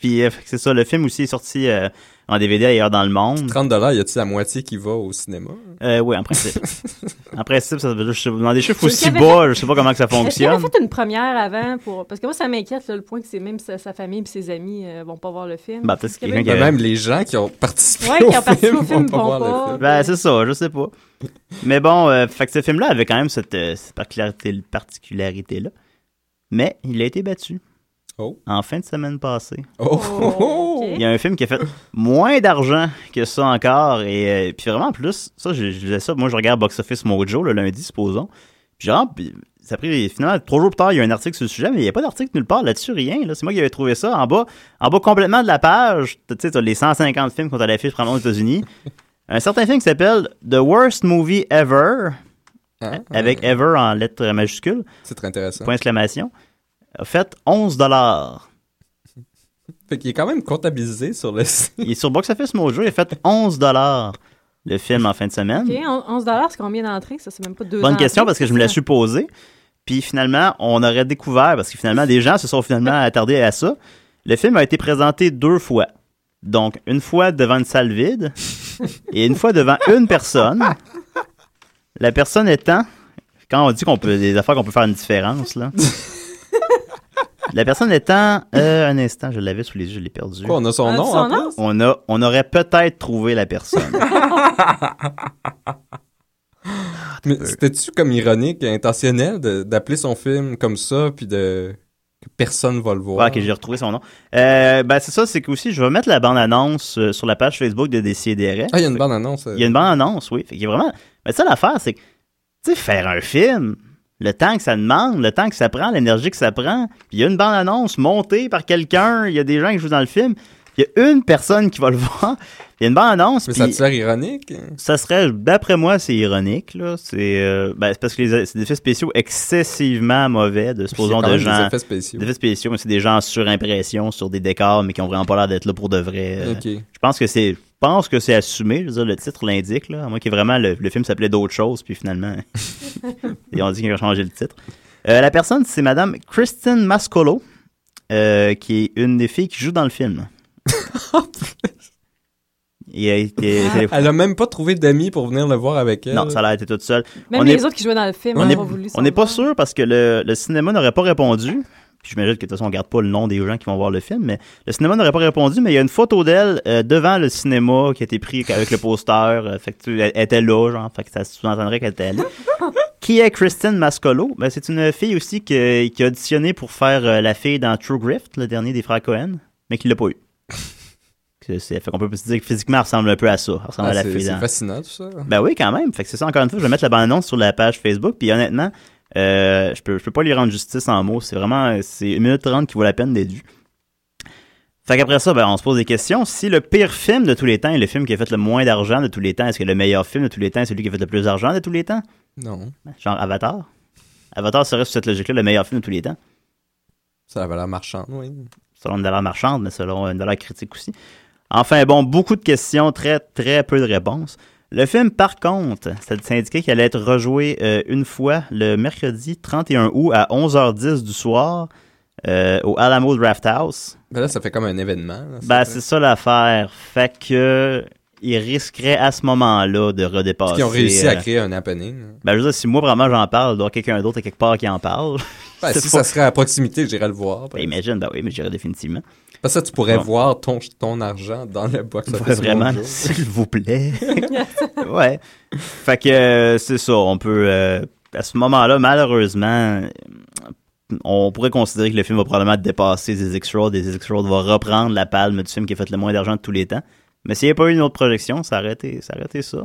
Speaker 3: puis euh, fait que c'est ça, le film aussi est sorti euh, en DVD ailleurs dans le monde.
Speaker 5: 30 dollars, y a-tu la moitié qui va au cinéma?
Speaker 3: Euh, oui, en principe. en principe, ça veut dire, je sais- dans des chiffres
Speaker 6: Est-ce
Speaker 3: aussi
Speaker 6: qu'il y avait
Speaker 3: bas, je sais pas comment que ça
Speaker 6: Est-ce qu'il avait
Speaker 3: fonctionne.
Speaker 6: fait une première avant pour. Parce que moi, ça m'inquiète, là, le point que c'est même sa, sa famille et ses amis euh, vont pas voir le film.
Speaker 3: Ben, peut-être
Speaker 6: Est-ce qu'il
Speaker 3: quelqu'un
Speaker 6: y
Speaker 3: qui
Speaker 6: avait-
Speaker 5: Ben, Même les gens qui ont participé
Speaker 6: Ouais, qui
Speaker 5: au
Speaker 6: ont participé
Speaker 5: film
Speaker 6: au film
Speaker 5: vont pas
Speaker 6: vont
Speaker 5: voir
Speaker 6: pas.
Speaker 5: le film.
Speaker 3: Ben, c'est ça, je sais pas. Mais bon, euh, fait que ce film-là avait quand même cette, euh, cette particularité- particularité-là. Mais il a été battu.
Speaker 5: Oh.
Speaker 3: En fin de semaine passée.
Speaker 5: Oh, oh, oh.
Speaker 6: Oh, ok.
Speaker 3: Il y a un film qui a fait moins d'argent que ça encore. Et euh, puis vraiment, en plus, ça, je, je disais ça. Moi, je regarde Box Office Mojo le lundi, supposons. Puis genre, puis ça a pris finalement trois jours plus tard, il y a un article sur le sujet, mais il n'y a pas d'article nulle part là-dessus, rien. Là. C'est moi qui avais trouvé ça en bas, en bas complètement de la page. Tu sais, t'as les 150 films qu'on t'a l'affiche probablement aux États-Unis. un certain film qui s'appelle The Worst Movie Ever,
Speaker 5: Hein?
Speaker 3: avec Ever en lettres majuscules,
Speaker 5: C'est très intéressant.
Speaker 3: point exclamation, a fait 11 dollars.
Speaker 5: Fait qu'il est quand même comptabilisé sur le site.
Speaker 3: Il est sur Box Office Mojo, il a fait 11 dollars le film en fin de semaine.
Speaker 6: Ok, on- 11 c'est combien d'entrées? Ça, c'est même pas deux
Speaker 3: Bonne
Speaker 6: entrées,
Speaker 3: question parce que je me la
Speaker 6: ça.
Speaker 3: suis posée. Puis finalement, on aurait découvert, parce que finalement, des gens se sont finalement attardés à ça. Le film a été présenté deux fois. Donc, une fois devant une salle vide et une fois devant une personne. La personne étant, quand on dit qu'on peut, des affaires qu'on peut faire une différence, là. La personne étant. euh, un instant, je l'avais sous les yeux, je l'ai perdu.
Speaker 5: Quoi, on
Speaker 6: Ah,
Speaker 5: a son On a nom, son en nom? plus?
Speaker 3: On, a, on aurait peut-être trouvé la personne.
Speaker 5: Mais
Speaker 3: Ah,
Speaker 5: c'était-tu comme ironique, intentionnel de- d'appeler son film comme ça, puis de que personne va le
Speaker 3: Ouais,
Speaker 5: voir?
Speaker 3: Ah, ok, j'ai retrouvé son nom. Euh, ben, c'est ça, c'est que aussi, je vais mettre la bande-annonce euh, sur la page Facebook de DCDR.
Speaker 5: Ah, il y a une bande annonce.
Speaker 3: Il y a une bande-annonce, oui. Fait qu'il y a vraiment... Mais ça, l'affaire, c'est que, tu sais, faire un film, le temps que ça demande, le temps que ça prend, l'énergie que ça prend, puis il y a une bande-annonce montée par quelqu'un, il y a des gens qui jouent dans le film, il y a une personne qui va le voir, il y a une bande-annonce.
Speaker 5: Mais ça
Speaker 3: puis-
Speaker 5: te l'air ironique?
Speaker 3: ça serait, d'après moi, c'est ironique. Là. C'est, euh, ben, c'est parce que les, c'est des effets spéciaux excessivement mauvais, de, supposons,
Speaker 5: quand
Speaker 3: de
Speaker 5: même des
Speaker 3: gens.
Speaker 5: effets spéciaux.
Speaker 3: des effets spéciaux, mais c'est des gens en surimpression sur des décors, mais qui ont vraiment pas l'air d'être là pour de vrai. Euh,
Speaker 5: Ok.
Speaker 3: Je pense que c'est, je pense que c'est assumé. Je veux dire, le titre l'indique. Là. À moins que vraiment le, le film s'appelait d'autres choses, puis finalement, ils ont dit qu'ils ont changé le titre. Euh, la personne, c'est Madame Christine Mascolo, euh, qui est une des filles qui joue dans le film. Et elle était-
Speaker 5: Ah, Elle a même pas trouvé d'amis pour venir le voir avec elle.
Speaker 3: non, ça a été toute seule.
Speaker 6: Même
Speaker 3: On
Speaker 6: les
Speaker 3: est-
Speaker 6: autres qui jouaient dans le film
Speaker 3: on
Speaker 6: n'ont
Speaker 3: est-
Speaker 6: pas voulu
Speaker 3: on n'est pas sûr parce que le, le cinéma n'aurait pas répondu. Puis j'imagine que de toute façon, on ne garde pas le nom des gens qui vont voir le film, mais le cinéma n'aurait pas répondu. Mais il y a une photo d'elle euh, devant le cinéma qui a été prise avec le poster. euh, fait que tu- elle, elle était là, genre. Fait que ça sous-entendrait qu'elle était là. qui est Christine Mascolo? Ben, c'est une fille aussi que- qui a auditionné pour faire euh, la fille dans True Grift, le dernier des frères Cohen, mais qui l'a pas eu. C'est- c'est- fait qu'on peut se dire que physiquement, elle ressemble un peu à ça. Elle ressemble
Speaker 5: Ah,
Speaker 3: à la
Speaker 5: c'est-
Speaker 3: fille hein.
Speaker 5: c'est
Speaker 3: dans-
Speaker 5: fascinant, tout ça.
Speaker 3: ben oui, quand même. Fait que c'est ça, encore une fois, je vais mettre la bande-annonce sur la page Facebook. Puis honnêtement, euh, je peux, je peux pas lui rendre justice en mots. C'est vraiment, c'est 1 minute 30 qui vaut la peine d'être vue. Fait qu'après ça, ben, on se pose des questions. Si le pire film de tous les temps est le film qui a fait le moins d'argent de tous les temps, est-ce que le meilleur film de tous les temps est celui qui a fait le plus d'argent de tous les temps? Ben,
Speaker 5: Non,
Speaker 3: Genre Avatar? Avatar serait sous cette logique-là le meilleur film de tous les temps.
Speaker 5: ça la valeur marchande, oui.
Speaker 3: Selon une valeur marchande, mais selon une valeur critique aussi. Enfin, bon, beaucoup de questions, très, très peu de réponses. Le film, par contre, ça s'est indiqué qu'il allait être rejoué euh, une fois le mercredi 31 août à 11h10 du soir euh, au Alamo Draft House.
Speaker 5: Ben là, ça fait comme un événement. là, ça.
Speaker 3: Ben, c'est ça l'affaire. Fait que ils risqueraient à ce moment-là de redépasser.
Speaker 5: Qui ont réussi à
Speaker 3: euh,
Speaker 5: créer un happening.
Speaker 3: Ben, je veux dire, si moi, vraiment, j'en parle, il doit y avoir quelqu'un d'autre à quelque part qui en parle.
Speaker 5: Ben,
Speaker 3: C'est
Speaker 5: si
Speaker 3: pas-
Speaker 5: ça serait à proximité, j'irais le voir.
Speaker 3: Ben, imagine, ben oui, mais j'irai définitivement.
Speaker 5: Parce que ça, tu pourrais
Speaker 3: Ouais.
Speaker 5: voir ton, ton argent dans le box.
Speaker 3: Ouais,
Speaker 5: office
Speaker 3: vraiment,
Speaker 5: mondial.
Speaker 3: s'il vous plaît. ouais. Fait que euh, c'est ça, on peut. euh, à ce moment-là, malheureusement, euh, on pourrait considérer que le film va probablement dépasser des X-Road. Des X-Road va reprendre la palme du film qui a fait le moins d'argent de tous les temps. Mais s'il n'y avait pas eu une autre projection, ça aurait été ça. aurait été ça.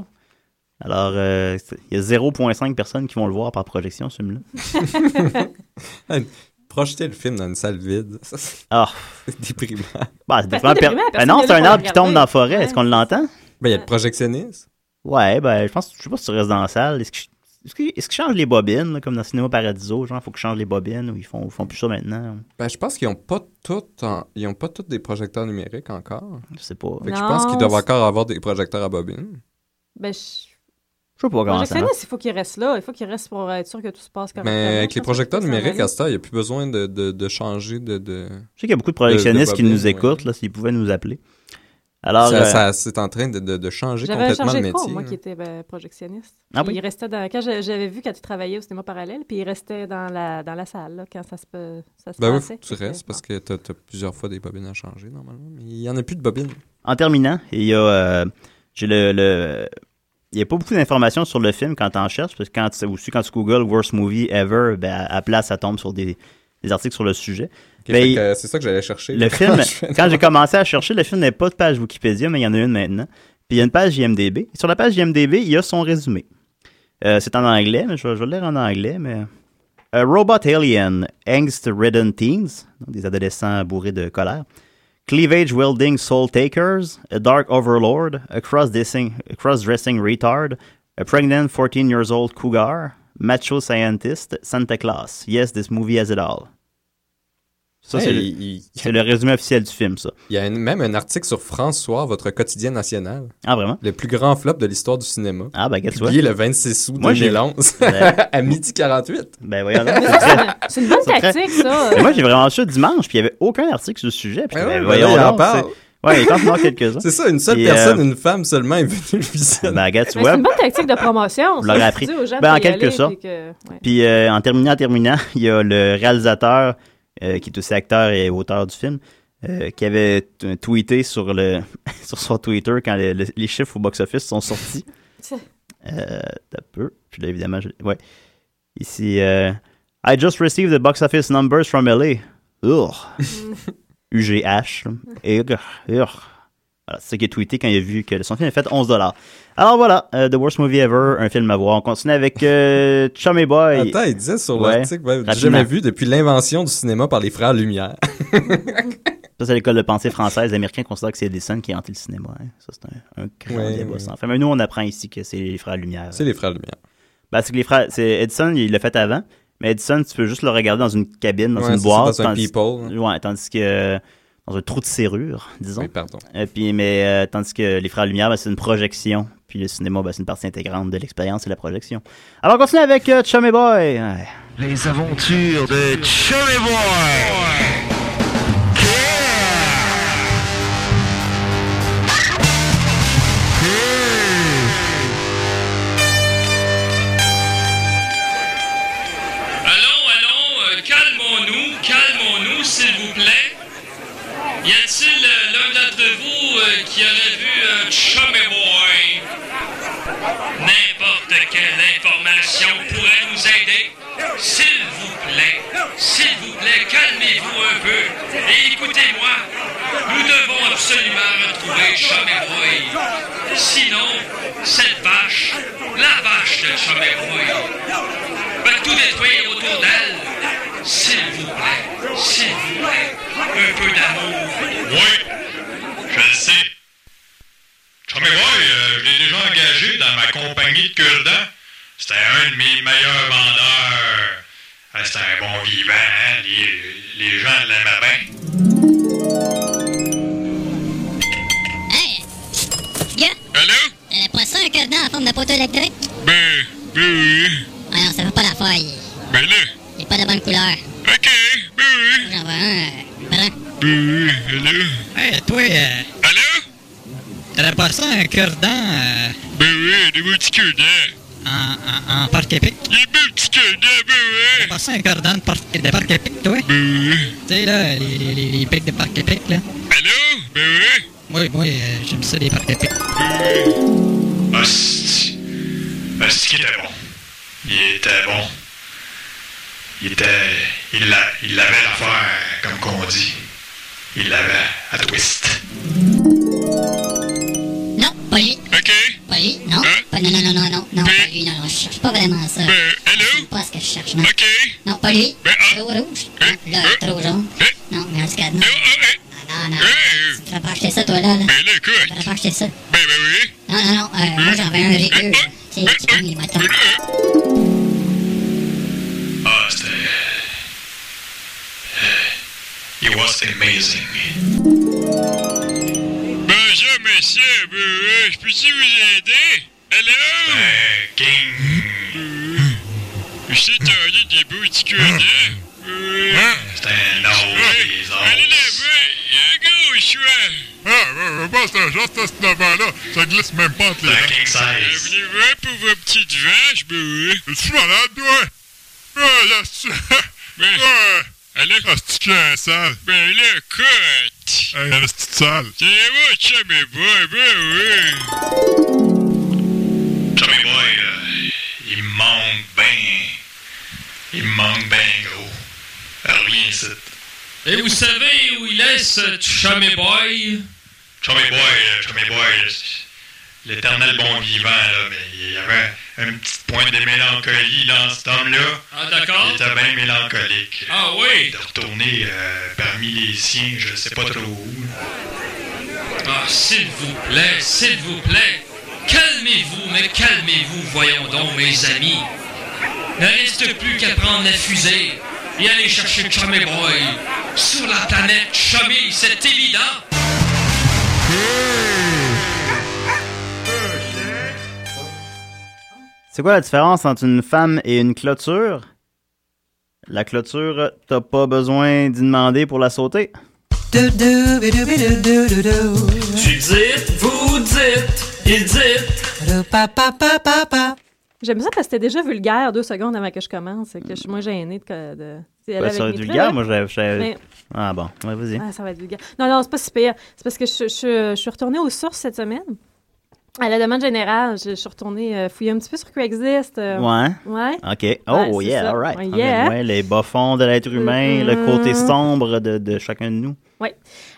Speaker 3: Alors, euh, c'est- il y a 0,5 personnes qui vont le voir par projection, ce film-là.
Speaker 5: Ah, Projeter le film dans une salle vide, ça, c'est
Speaker 3: Ah,
Speaker 5: déprimant.
Speaker 3: bah, c'est
Speaker 6: Ben, c'est
Speaker 3: vraiment per-
Speaker 6: déprimant,
Speaker 3: Ben
Speaker 6: personne
Speaker 3: non,
Speaker 6: ne
Speaker 3: c'est
Speaker 6: l'a
Speaker 3: un
Speaker 6: pas
Speaker 3: arbre qui tombe
Speaker 6: regardé.
Speaker 3: dans la forêt. Est-ce
Speaker 6: Ouais.
Speaker 3: qu'on l'entend?
Speaker 5: Ben, il y a le projectionniste.
Speaker 3: Ouais, ben, je pense, je sais pas si tu restes dans la salle. Est-ce qu'ils est-ce qu'ils- est-ce qu'ils changent les bobines, là, comme dans Cinéma Paradiso? Genre, faut qu'ils changent les bobines ou ils font, ils font plus ça maintenant?
Speaker 5: Ben, je pense qu'ils n'ont pas toutes ils ont pas tous des projecteurs numériques encore.
Speaker 3: Je sais pas.
Speaker 5: Fait que je
Speaker 6: Non,
Speaker 5: pense qu'ils doivent
Speaker 6: c'est-
Speaker 5: encore avoir des projecteurs à bobine.
Speaker 6: Ben, je...
Speaker 3: Je sais pas comment ça marche.
Speaker 6: Projectionniste, il faut qu'il reste là. Il faut qu'il reste pour être sûr que tout se passe correctement.
Speaker 5: Mais avec
Speaker 6: Je
Speaker 5: les
Speaker 6: pense
Speaker 5: projecteurs
Speaker 6: que ça va
Speaker 5: numériques,
Speaker 6: aller.
Speaker 5: à ce temps, il n'y a plus besoin de, de, de changer de. de...
Speaker 3: Je sais qu'il y a beaucoup de projectionnistes
Speaker 5: de
Speaker 3: qui nous
Speaker 5: bobines,
Speaker 3: écoutent,
Speaker 5: ouais.
Speaker 3: là, s'ils pouvaient nous appeler. Alors,
Speaker 5: ça,
Speaker 3: euh,
Speaker 5: ça- c'est en train de, de, de changer
Speaker 6: J'avais
Speaker 5: complètement
Speaker 6: changé
Speaker 5: le
Speaker 6: de cours,
Speaker 5: métier. hein.
Speaker 6: moi
Speaker 5: là.
Speaker 6: qui étais ben, projectionniste.
Speaker 3: Ah
Speaker 6: Puis
Speaker 3: oui?
Speaker 6: Il restait dans... Quand je- j'avais vu quand tu travaillais au cinéma parallèle, puis il restait dans la, dans la salle, là, quand ça se, peut- ça se
Speaker 5: Ben oui,
Speaker 6: passait.
Speaker 5: faut que tu restes parce que tu as, plusieurs fois des bobines à changer normalement. Mais il n'y en a plus de bobines.
Speaker 3: en terminant, il y a, euh, j'ai le, le- il y a pas beaucoup d'informations sur le film quand t'en cherches, parce que quand tu, aussi quand tu googles worst movie ever, ben, à, à place, ça tombe sur des, des articles sur le sujet.
Speaker 5: Ok,
Speaker 3: Ben,
Speaker 5: fait
Speaker 3: il-
Speaker 5: que, euh, c'est ça que j'allais chercher.
Speaker 3: Le
Speaker 5: là,
Speaker 3: film,
Speaker 5: quand je fais-
Speaker 3: quand j'ai commencé à chercher, le film n'avait pas de page Wikipédia, mais il y en a une maintenant. Puis il y a une page IMDB. Et sur la page IMDB, il y a son résumé. Euh, c'est en anglais, mais je vais, je vais le lire en anglais. Mais... A robot alien, angst-ridden teens, donc des adolescents bourrés de colère. Cleavage wielding soul takers, a dark overlord, a cross-dressing, a cross-dressing retard, a pregnant 14 years old cougar, macho scientist, Santa Claus. Yes, this movie has it all. Ça,
Speaker 5: Hey,
Speaker 3: c'est le-
Speaker 5: il, il-
Speaker 3: c'est le résumé officiel du film, ça.
Speaker 5: il y a un- même un article sur François, votre quotidien national.
Speaker 3: Ah, vraiment?
Speaker 5: Le plus grand flop de l'histoire du cinéma.
Speaker 3: Ah, ben, qu'est-ce que tu
Speaker 5: Publié le 26 août
Speaker 3: Moi, j'ai-
Speaker 5: 2011
Speaker 3: Ben-
Speaker 5: à midi 48.
Speaker 3: Ben, voyons. donc.
Speaker 6: C'est une bonne
Speaker 3: C'est très-
Speaker 6: tactique, ça.
Speaker 3: Mais moi, j'ai vraiment su dimanche, puis il n'y avait aucun article sur le sujet. Puis,
Speaker 5: Ouais,
Speaker 3: ben,
Speaker 5: ouais,
Speaker 3: voyons,
Speaker 5: ben là, il en
Speaker 3: donc,
Speaker 5: parle.
Speaker 3: c'est- Ouais, il t'en manque quelques-uns.
Speaker 5: C'est ça, une seule
Speaker 3: Et,
Speaker 5: personne,
Speaker 3: euh,
Speaker 5: une femme seulement est venue le visionner.
Speaker 3: Ben, regarde, tu
Speaker 6: Mais C'est
Speaker 3: vois.
Speaker 6: une bonne tactique de
Speaker 3: Vous
Speaker 6: promotion. ça,
Speaker 3: l'aurez
Speaker 6: tu
Speaker 3: appris.
Speaker 6: dis aux gens
Speaker 3: Ben, en
Speaker 6: d'y
Speaker 3: quelque
Speaker 6: aller,
Speaker 3: sorte.
Speaker 6: puis que- ouais.
Speaker 3: Puis, euh, en terminant, en terminant, il y a le réalisateur euh, qui est aussi acteur et auteur du film, euh, qui avait t- tweeté sur le sur son Twitter quand le- le- les chiffres au box-office sont sortis. Euh, t'as peu. Puis là, évidemment, je- ouais. Ici, euh, I just received the box office numbers from LA. Ugh. UGH. là. Ugh. Ugh. Voilà, c'est ce qu'il a tweeté quand il a vu que son film a fait 11 Alors voilà, euh, The Worst Movie Ever, un film à voir. On continue avec euh, Chummy Boy.
Speaker 5: Attends, il disait sur
Speaker 3: Ouais,
Speaker 5: l'article, ouais,
Speaker 3: rapidement.
Speaker 5: jamais vu depuis l'invention du cinéma par les frères Lumière.
Speaker 3: Ça, c'est l'école de pensée française. Les Américains considèrent que c'est Edison qui a hanté le cinéma. hein. Ça, c'est un, un grand
Speaker 5: Ouais,
Speaker 3: débat.
Speaker 5: ouais.
Speaker 3: sans fin. Mais nous, on apprend ici que c'est les frères Lumière.
Speaker 5: C'est les frères Lumière.
Speaker 3: Ben, c'est que les frères, c'est Edison, il l'a fait avant. Mais Edison, tu peux juste le regarder dans une cabine, dans
Speaker 5: Ouais,
Speaker 3: une
Speaker 5: c'est
Speaker 3: boîte.
Speaker 5: ça, dans un
Speaker 3: tandis-
Speaker 5: people, hein.
Speaker 3: Ouais, tandis que euh, dans un trou de serrure, disons.
Speaker 5: Oui, pardon.
Speaker 3: Et puis, mais euh, tandis que les frères Lumière, ben, c'est une projection. Puis le cinéma, ben, c'est une partie intégrante de l'expérience et la projection. Alors, on continue avec euh, Chummy Boy. Ouais.
Speaker 4: Les aventures de Chummy Boy. Allons, allons, euh, calmons-nous, calmons-nous, s'il vous plaît. Y a-t-il euh, l'un d'entre vous euh, qui aurait vu un Chummy Boy? N'importe quelle information pourrait nous aider. S'il vous plaît, s'il vous plaît, calmez-vous un peu et écoutez-moi. Nous devons absolument retrouver Chameroy. Sinon, cette vache, la vache de Chameroy, va tout détruire autour d'elle. S'il vous plaît, s'il vous plaît, un peu d'amour. Oui, je le sais. Chummy Boy, euh, je l'ai déjà engagé dans ma compagnie de cure-dents. C'était un de mes meilleurs vendeurs. Ah, C'était un bon vivant, hein? les, les gens l'aimaient bien.
Speaker 11: Gars,
Speaker 4: Allô?
Speaker 11: euh, pas ça un cordon en forme de poteau électrique?
Speaker 4: Ben, oui,
Speaker 11: Ah non, ça veut pas la feuille.
Speaker 4: ben là,
Speaker 11: Il est pas de bonne couleur.
Speaker 4: ok, ben oui,
Speaker 11: J'en veux un, euh, brun.
Speaker 4: ben oui, allô?
Speaker 12: Hey, toi, euh,
Speaker 4: Allô?
Speaker 12: t'aurais pas ça un cure-dent euh,
Speaker 4: Ben oui, des beaux petits cure-dents.
Speaker 12: en, en, en parc épique?
Speaker 4: Des beaux petits cure-dents, ben oui.
Speaker 12: T'aurais pas ça un cordon de, parc- de parc épique, toi? Tu sais, là, les, les, les, les pics de parc épique, là.
Speaker 4: Allô? Ben oui.
Speaker 12: Moi, moi, euh, j'aime ça des parcs épiques.
Speaker 4: Ah, Hostie. Hostie qu'il Ah, était bon. Il était bon. Il était. Il l'a- il l'avait l'affaire, comme qu'on dit. Il l'avait à twist.
Speaker 11: Non, pas lui.
Speaker 4: Ok.
Speaker 11: Pas lui, non. Pas, non, non, non, non, non, non, pas lui, non, non, je cherche pas vraiment ça.
Speaker 4: Ben,
Speaker 11: hello? pas ce que je cherche, non. hein? Ok. Ben, hein? Non, pas lui. trop rouge. Non, là, trop jaune.
Speaker 4: Eh,
Speaker 11: Non, mais en tout cas, non. Ah, non, non. Tu pourrais pas acheter ça, toi, là, là. Ben,
Speaker 4: là, écoute.
Speaker 11: Tu pourrais pas acheter ça. Ben, ben, oui. Non, non, non, euh, moi, j'en veux un vieux, là. Tu sais, qui pogne les moutons.
Speaker 4: Ah, c'était. It was amazing. Bonjour, monsieur. Ben, euh, je peux-tu vous aider? Hello?
Speaker 13: Euh,
Speaker 4: Ben, King. Je sais, t'as dit des beaux petits culottes.
Speaker 13: Hein? Euh,
Speaker 4: C'était un autre, les Allez là-bas, à gauche, ouais.
Speaker 13: Ah, ouais, ouais, bon, c'est un genre de ce avant-là. Ça glisse même pas entre les
Speaker 4: C'est un king size.
Speaker 13: Euh, Venez voir pour vos petites vaches, ben oui. Je suis malade, toi. Ah, là, c'est... Ben... Elle est constituée un sale. Ben là, écoute. Elle est petite sale. C'est moi, chum et boy, ben oui.
Speaker 4: Tommy Boy, euh, il me manque bien. Il me manque bien gros. Rien, c'est.
Speaker 14: Et vous savez où il est, ce Chummy Boy?
Speaker 4: Chummy Boy, euh, Chummy Boy, euh, l'éternel bon vivant, là, mais il y avait un petit point de mélancolie dans cet homme-là.
Speaker 14: Ah, d'accord.
Speaker 4: Il était bien mélancolique.
Speaker 14: Ah oui?
Speaker 4: De retourner euh, parmi les siens, je sais pas trop où.
Speaker 14: Ah, s'il vous plaît, s'il vous plaît. Calmez-vous, mais calmez-vous, voyons donc, mes amis. Ne reste plus qu'à prendre la fusée et aller chercher Chummy Boy. Sur la planète Chummy, c'est évident.
Speaker 3: C'est quoi la différence entre une femme et une clôture? La clôture, t'as pas besoin d'y demander pour la sauter.
Speaker 15: Tu dites, vous dites, il dit.
Speaker 16: Papa, papa, papa.
Speaker 6: J'aime ça parce que c'était déjà vulgaire deux secondes avant que je commence. fait Que je suis moins gênée de. que- de... c'est elle
Speaker 3: Ben,
Speaker 6: avec
Speaker 3: ça va être
Speaker 6: mes traits, hein?
Speaker 3: vulgaire,
Speaker 6: là.
Speaker 3: moi, j'avais.
Speaker 6: Mais-
Speaker 3: j'avais- Ah bon, ouais, vas-y.
Speaker 6: Ah, ça va être vulgaire. Non, non, c'est pas si pire. C'est parce que je, je- je suis retournée aux sources cette semaine. À la demande générale, je, je suis retournée euh, fouiller un petit peu sur Craigslist. euh,
Speaker 3: Ouais. hein?
Speaker 6: Ouais.
Speaker 3: OK. Oh,
Speaker 6: Ouais, c'est
Speaker 3: yeah,
Speaker 6: ça.
Speaker 3: all right.
Speaker 6: Ouais,
Speaker 3: Ah,
Speaker 6: yeah. Mm-hmm.
Speaker 3: ben, ouais, les bas fonds de l'être humain, le côté sombre de, de chacun de nous.
Speaker 6: Oui.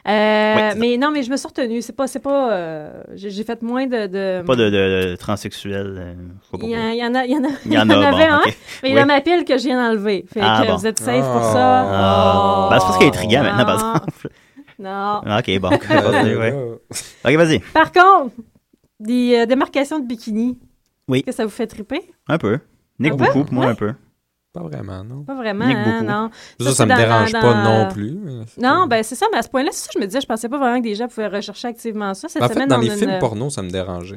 Speaker 3: c'est ça.
Speaker 6: Euh, mais non, mais je me suis retenue. C'est pas. c'est pas euh, J'ai j'ai fait moins de. de...
Speaker 3: Pas de, de- de transsexuel. euh, je sais pas
Speaker 6: Il y,
Speaker 3: pourquoi.
Speaker 6: en- il y en a, il y en a,
Speaker 3: Il y en a, bon,
Speaker 6: avait un,
Speaker 3: ok.
Speaker 6: mais il y
Speaker 3: Oui.
Speaker 6: en a ma pile que je viens d'enlever. Fait
Speaker 3: Ah,
Speaker 6: que
Speaker 3: bon.
Speaker 6: vous êtes safe pour ça.
Speaker 3: Ah. Ben, c'est parce qu'il est intriguant maintenant, par
Speaker 6: Non.
Speaker 3: exemple. OK,
Speaker 6: Non.
Speaker 3: bon.
Speaker 5: Ah,
Speaker 3: vas-y, ouais. OK, vas-y.
Speaker 6: Par contre, des euh, démarcations de bikini.
Speaker 3: Oui.
Speaker 6: Est-ce que ça vous fait triper?
Speaker 3: Un peu. Nick
Speaker 6: Un peu?
Speaker 3: beaucoup, puis moi un peu.
Speaker 5: Pas vraiment, non.
Speaker 6: Pas vraiment,
Speaker 3: Nick
Speaker 6: hein,
Speaker 3: beaucoup.
Speaker 6: non.
Speaker 5: Ça, ça
Speaker 6: c'est
Speaker 5: me
Speaker 6: dans-
Speaker 5: dérange
Speaker 6: dans-
Speaker 5: pas
Speaker 6: dans-
Speaker 5: non plus, mais c'est
Speaker 6: Non, ben c'est ça, mais à ce point-là, c'est ça que je me disais, je pensais pas vraiment que des gens pouvaient rechercher activement ça. Cette
Speaker 5: Ben, en fait,
Speaker 6: semaine,
Speaker 5: dans
Speaker 6: on
Speaker 5: les
Speaker 6: a
Speaker 5: films
Speaker 6: une- euh,
Speaker 5: porno, ça me dérangeait.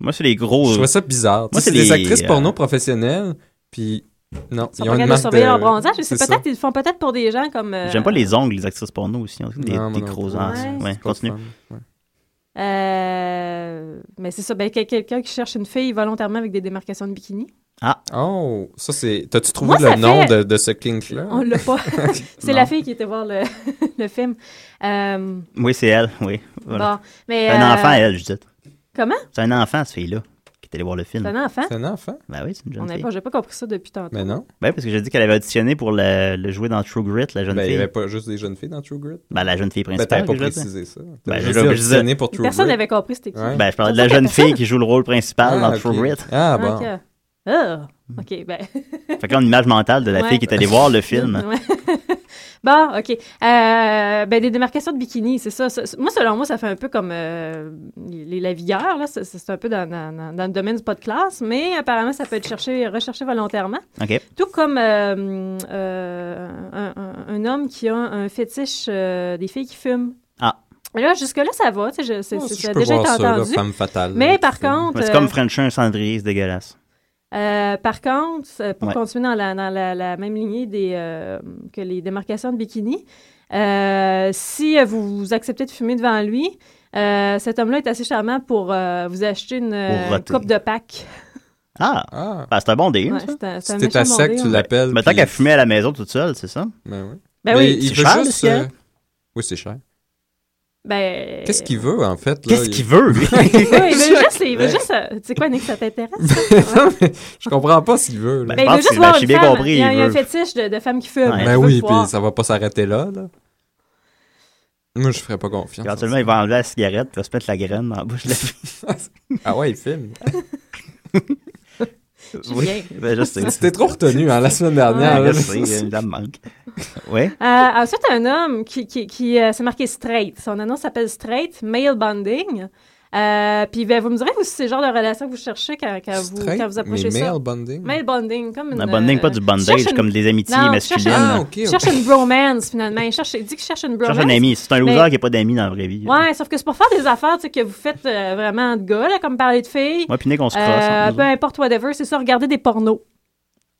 Speaker 3: Moi, c'est les gros.
Speaker 5: Je trouvais ça
Speaker 3: Oh.
Speaker 5: bizarre.
Speaker 3: Moi,
Speaker 5: Moi, c'est
Speaker 3: c'est
Speaker 5: des
Speaker 3: les,
Speaker 5: actrices
Speaker 3: euh,
Speaker 5: porno professionnelles, puis non,
Speaker 6: Ils sont pas capables de surveiller leur bronzage, mais c'est Ah, peut-être, ils le font peut-être pour des gens comme. euh,
Speaker 3: J'aime pas les ongles, les actrices porno aussi. On a Des,
Speaker 5: Non, moi
Speaker 3: des
Speaker 5: non
Speaker 3: gros
Speaker 5: plus.
Speaker 3: ongles.
Speaker 6: Ouais.
Speaker 3: Ouais, continue.
Speaker 6: euh, mais c'est ça, ben, quel- quelqu'un qui cherche une fille volontairement avec des démarcations de bikini.
Speaker 3: Ah.
Speaker 5: Oh, ça c'est. T'as-tu trouvé
Speaker 6: Moi, ça
Speaker 5: le nom
Speaker 6: fait-
Speaker 5: de, de ce kink-là?
Speaker 6: On l'a pas. c'est
Speaker 5: Non.
Speaker 6: la fille qui était voir le, le film. Euh,
Speaker 3: Oui, c'est elle, oui. Voilà.
Speaker 6: Bon, mais,
Speaker 3: C'est un
Speaker 6: euh,
Speaker 3: enfant, elle, Judith.
Speaker 6: Comment?
Speaker 3: C'est un enfant, ce fille-là, qui est allée voir le film.
Speaker 6: C'est un enfant?
Speaker 5: Mm. C'est un enfant?
Speaker 3: Ben oui, c'est une
Speaker 6: On
Speaker 3: jeune
Speaker 6: n'avait
Speaker 3: fille.
Speaker 6: pas, j'ai pas compris ça depuis tantôt.
Speaker 5: non.
Speaker 3: Ben, parce que j'ai dit qu'elle avait auditionné pour le, le jouer dans True Grit, la jeune
Speaker 5: Ben, il
Speaker 3: fille.
Speaker 5: n'y avait pas juste des jeunes filles dans True Grit?
Speaker 3: Ben, la jeune fille
Speaker 5: Ben,
Speaker 3: principale. que
Speaker 5: t'avais pas
Speaker 3: je veux dire.
Speaker 5: précisé ça. T'as
Speaker 3: Ben,
Speaker 5: juste
Speaker 3: je l'ai
Speaker 5: dit
Speaker 3: précisé.
Speaker 5: auditionné pour True
Speaker 6: Personne Grit. n'avait compris c'était qui. Ouais.
Speaker 3: Ben, je parlais de
Speaker 6: Ça,
Speaker 3: la
Speaker 6: ça,
Speaker 3: jeune
Speaker 6: personne.
Speaker 3: fille qui joue le rôle principal
Speaker 5: Ah,
Speaker 3: dans
Speaker 5: ok.
Speaker 3: True Grit.
Speaker 5: Ah, Mm.
Speaker 6: Donc, euh, ah, OK, ben.
Speaker 3: Fait que là, on a une image mentale de la
Speaker 6: Ouais.
Speaker 3: fille qui est allée voir le film.
Speaker 6: Ouais. bon, OK. Euh, ben, des démarcations de bikini, c'est ça. Ça- ça- Moi, selon moi, ça fait un peu comme euh, les lavigueurs. là. C'est- C'est un peu dans, dans- dans- dans le domaine du pas de classe, mais apparemment, ça peut être cherché, recherché volontairement.
Speaker 3: OK.
Speaker 6: Tout comme euh, euh, un, un- un homme qui a un fétiche euh, des filles qui fument.
Speaker 3: Ah.
Speaker 6: Mais Là, jusque-là, ça va. tu sais, je- c'est-
Speaker 5: Oh,
Speaker 6: c'est-
Speaker 5: ça, je
Speaker 6: ça a
Speaker 5: peux
Speaker 6: déjà été
Speaker 5: voir ça, là,
Speaker 6: entendu.
Speaker 5: femme fatale,
Speaker 6: Mais
Speaker 5: là,
Speaker 6: par contre.
Speaker 3: Ouais, C'est
Speaker 6: euh,
Speaker 3: comme French un cendrier, c'est dégueulasse.
Speaker 6: euh, par contre, euh, pour
Speaker 3: Ouais.
Speaker 6: continuer dans la, dans la- la même lignée des, euh, que les démarcations de bikini, euh, si euh, vous, vous acceptez de fumer devant lui, euh, cet homme-là est assez charmant pour euh, vous acheter une, euh,
Speaker 3: roter.
Speaker 6: coupe de pack.
Speaker 3: Ah! Ben, c'est un bon deal.
Speaker 6: Ouais,
Speaker 3: ça.
Speaker 6: c'est un- c'est un
Speaker 5: Si t'es à
Speaker 6: méchant hein.
Speaker 5: sec,
Speaker 6: bondé,
Speaker 5: tu
Speaker 6: ouais.
Speaker 5: l'appelles.
Speaker 3: Mais tant
Speaker 5: puis-
Speaker 3: qu'elle fumait à la maison toute seule, c'est ça?
Speaker 5: Ben oui.
Speaker 6: Ben
Speaker 5: Mais
Speaker 6: oui.
Speaker 5: il
Speaker 3: C'est
Speaker 5: veut
Speaker 3: cher, le
Speaker 5: juste.
Speaker 3: cigarette?
Speaker 5: euh, Oui, c'est cher.
Speaker 6: Ben,
Speaker 5: Qu'est-ce qu'il veut, en fait? là?
Speaker 3: Qu'est-ce
Speaker 5: Il-
Speaker 3: qu'il veut, lui? Ben,
Speaker 6: il veut juste, il veut
Speaker 5: Ben,
Speaker 6: juste, euh, tu sais quoi, Nick, ça t'intéresse?
Speaker 5: non, mais je comprends pas s'il veut. là.
Speaker 6: Ben, il veut juste voir une femme. il y a, il y a un fétiche de, de femmes qui fument.
Speaker 5: Ben
Speaker 6: Il veut
Speaker 5: oui,
Speaker 6: pouvoir-
Speaker 5: puis ça va pas s'arrêter là, là. Moi, je ferais pas confiance.
Speaker 3: Éventuellement, il va enlever la cigarette, il va se mettre la graine dans la bouche de la fille.
Speaker 5: Ah ouais, il filme.
Speaker 3: oui, ben, je sais.
Speaker 5: C'était trop retenu, hein, la semaine dernière.
Speaker 3: Ouais,
Speaker 5: là.
Speaker 3: je sais, une dame manque. Ouais.
Speaker 6: Euh, ensuite, un homme qui, qui, qui euh, s'est marqué straight. Son annonce s'appelle Straight Male Bonding. Euh, puis ben, vous me direz vous, si c'est le genre de relation que vous cherchez quand, quand, vous,
Speaker 5: Straight,
Speaker 6: quand vous
Speaker 5: mais
Speaker 6: approchez ça.
Speaker 5: male bonding?
Speaker 6: Male bonding, comme une...
Speaker 3: Un bonding, pas du
Speaker 6: euh,
Speaker 3: bondage,
Speaker 6: cherche une-
Speaker 3: comme des amitiés
Speaker 6: Non,
Speaker 3: masculines.
Speaker 6: Cherche,
Speaker 3: Ah,
Speaker 6: un-
Speaker 3: ok, ok.
Speaker 6: cherche une bromance, finalement. Il cherche, il dit qu'il cherche une bromance.
Speaker 3: Cherche un ami. C'est un loser
Speaker 6: mais-
Speaker 3: qui n'a pas d'amis dans la vraie vie.
Speaker 6: Ouais, sauf que c'est pour faire des affaires tu sais, que vous faites euh, vraiment de gars, là, comme parler de filles.
Speaker 3: Ouais, puis Nick, on se
Speaker 6: Euh,
Speaker 3: crosse entre nous
Speaker 6: Peu importe, whatever, c'est ça, regarder des pornos.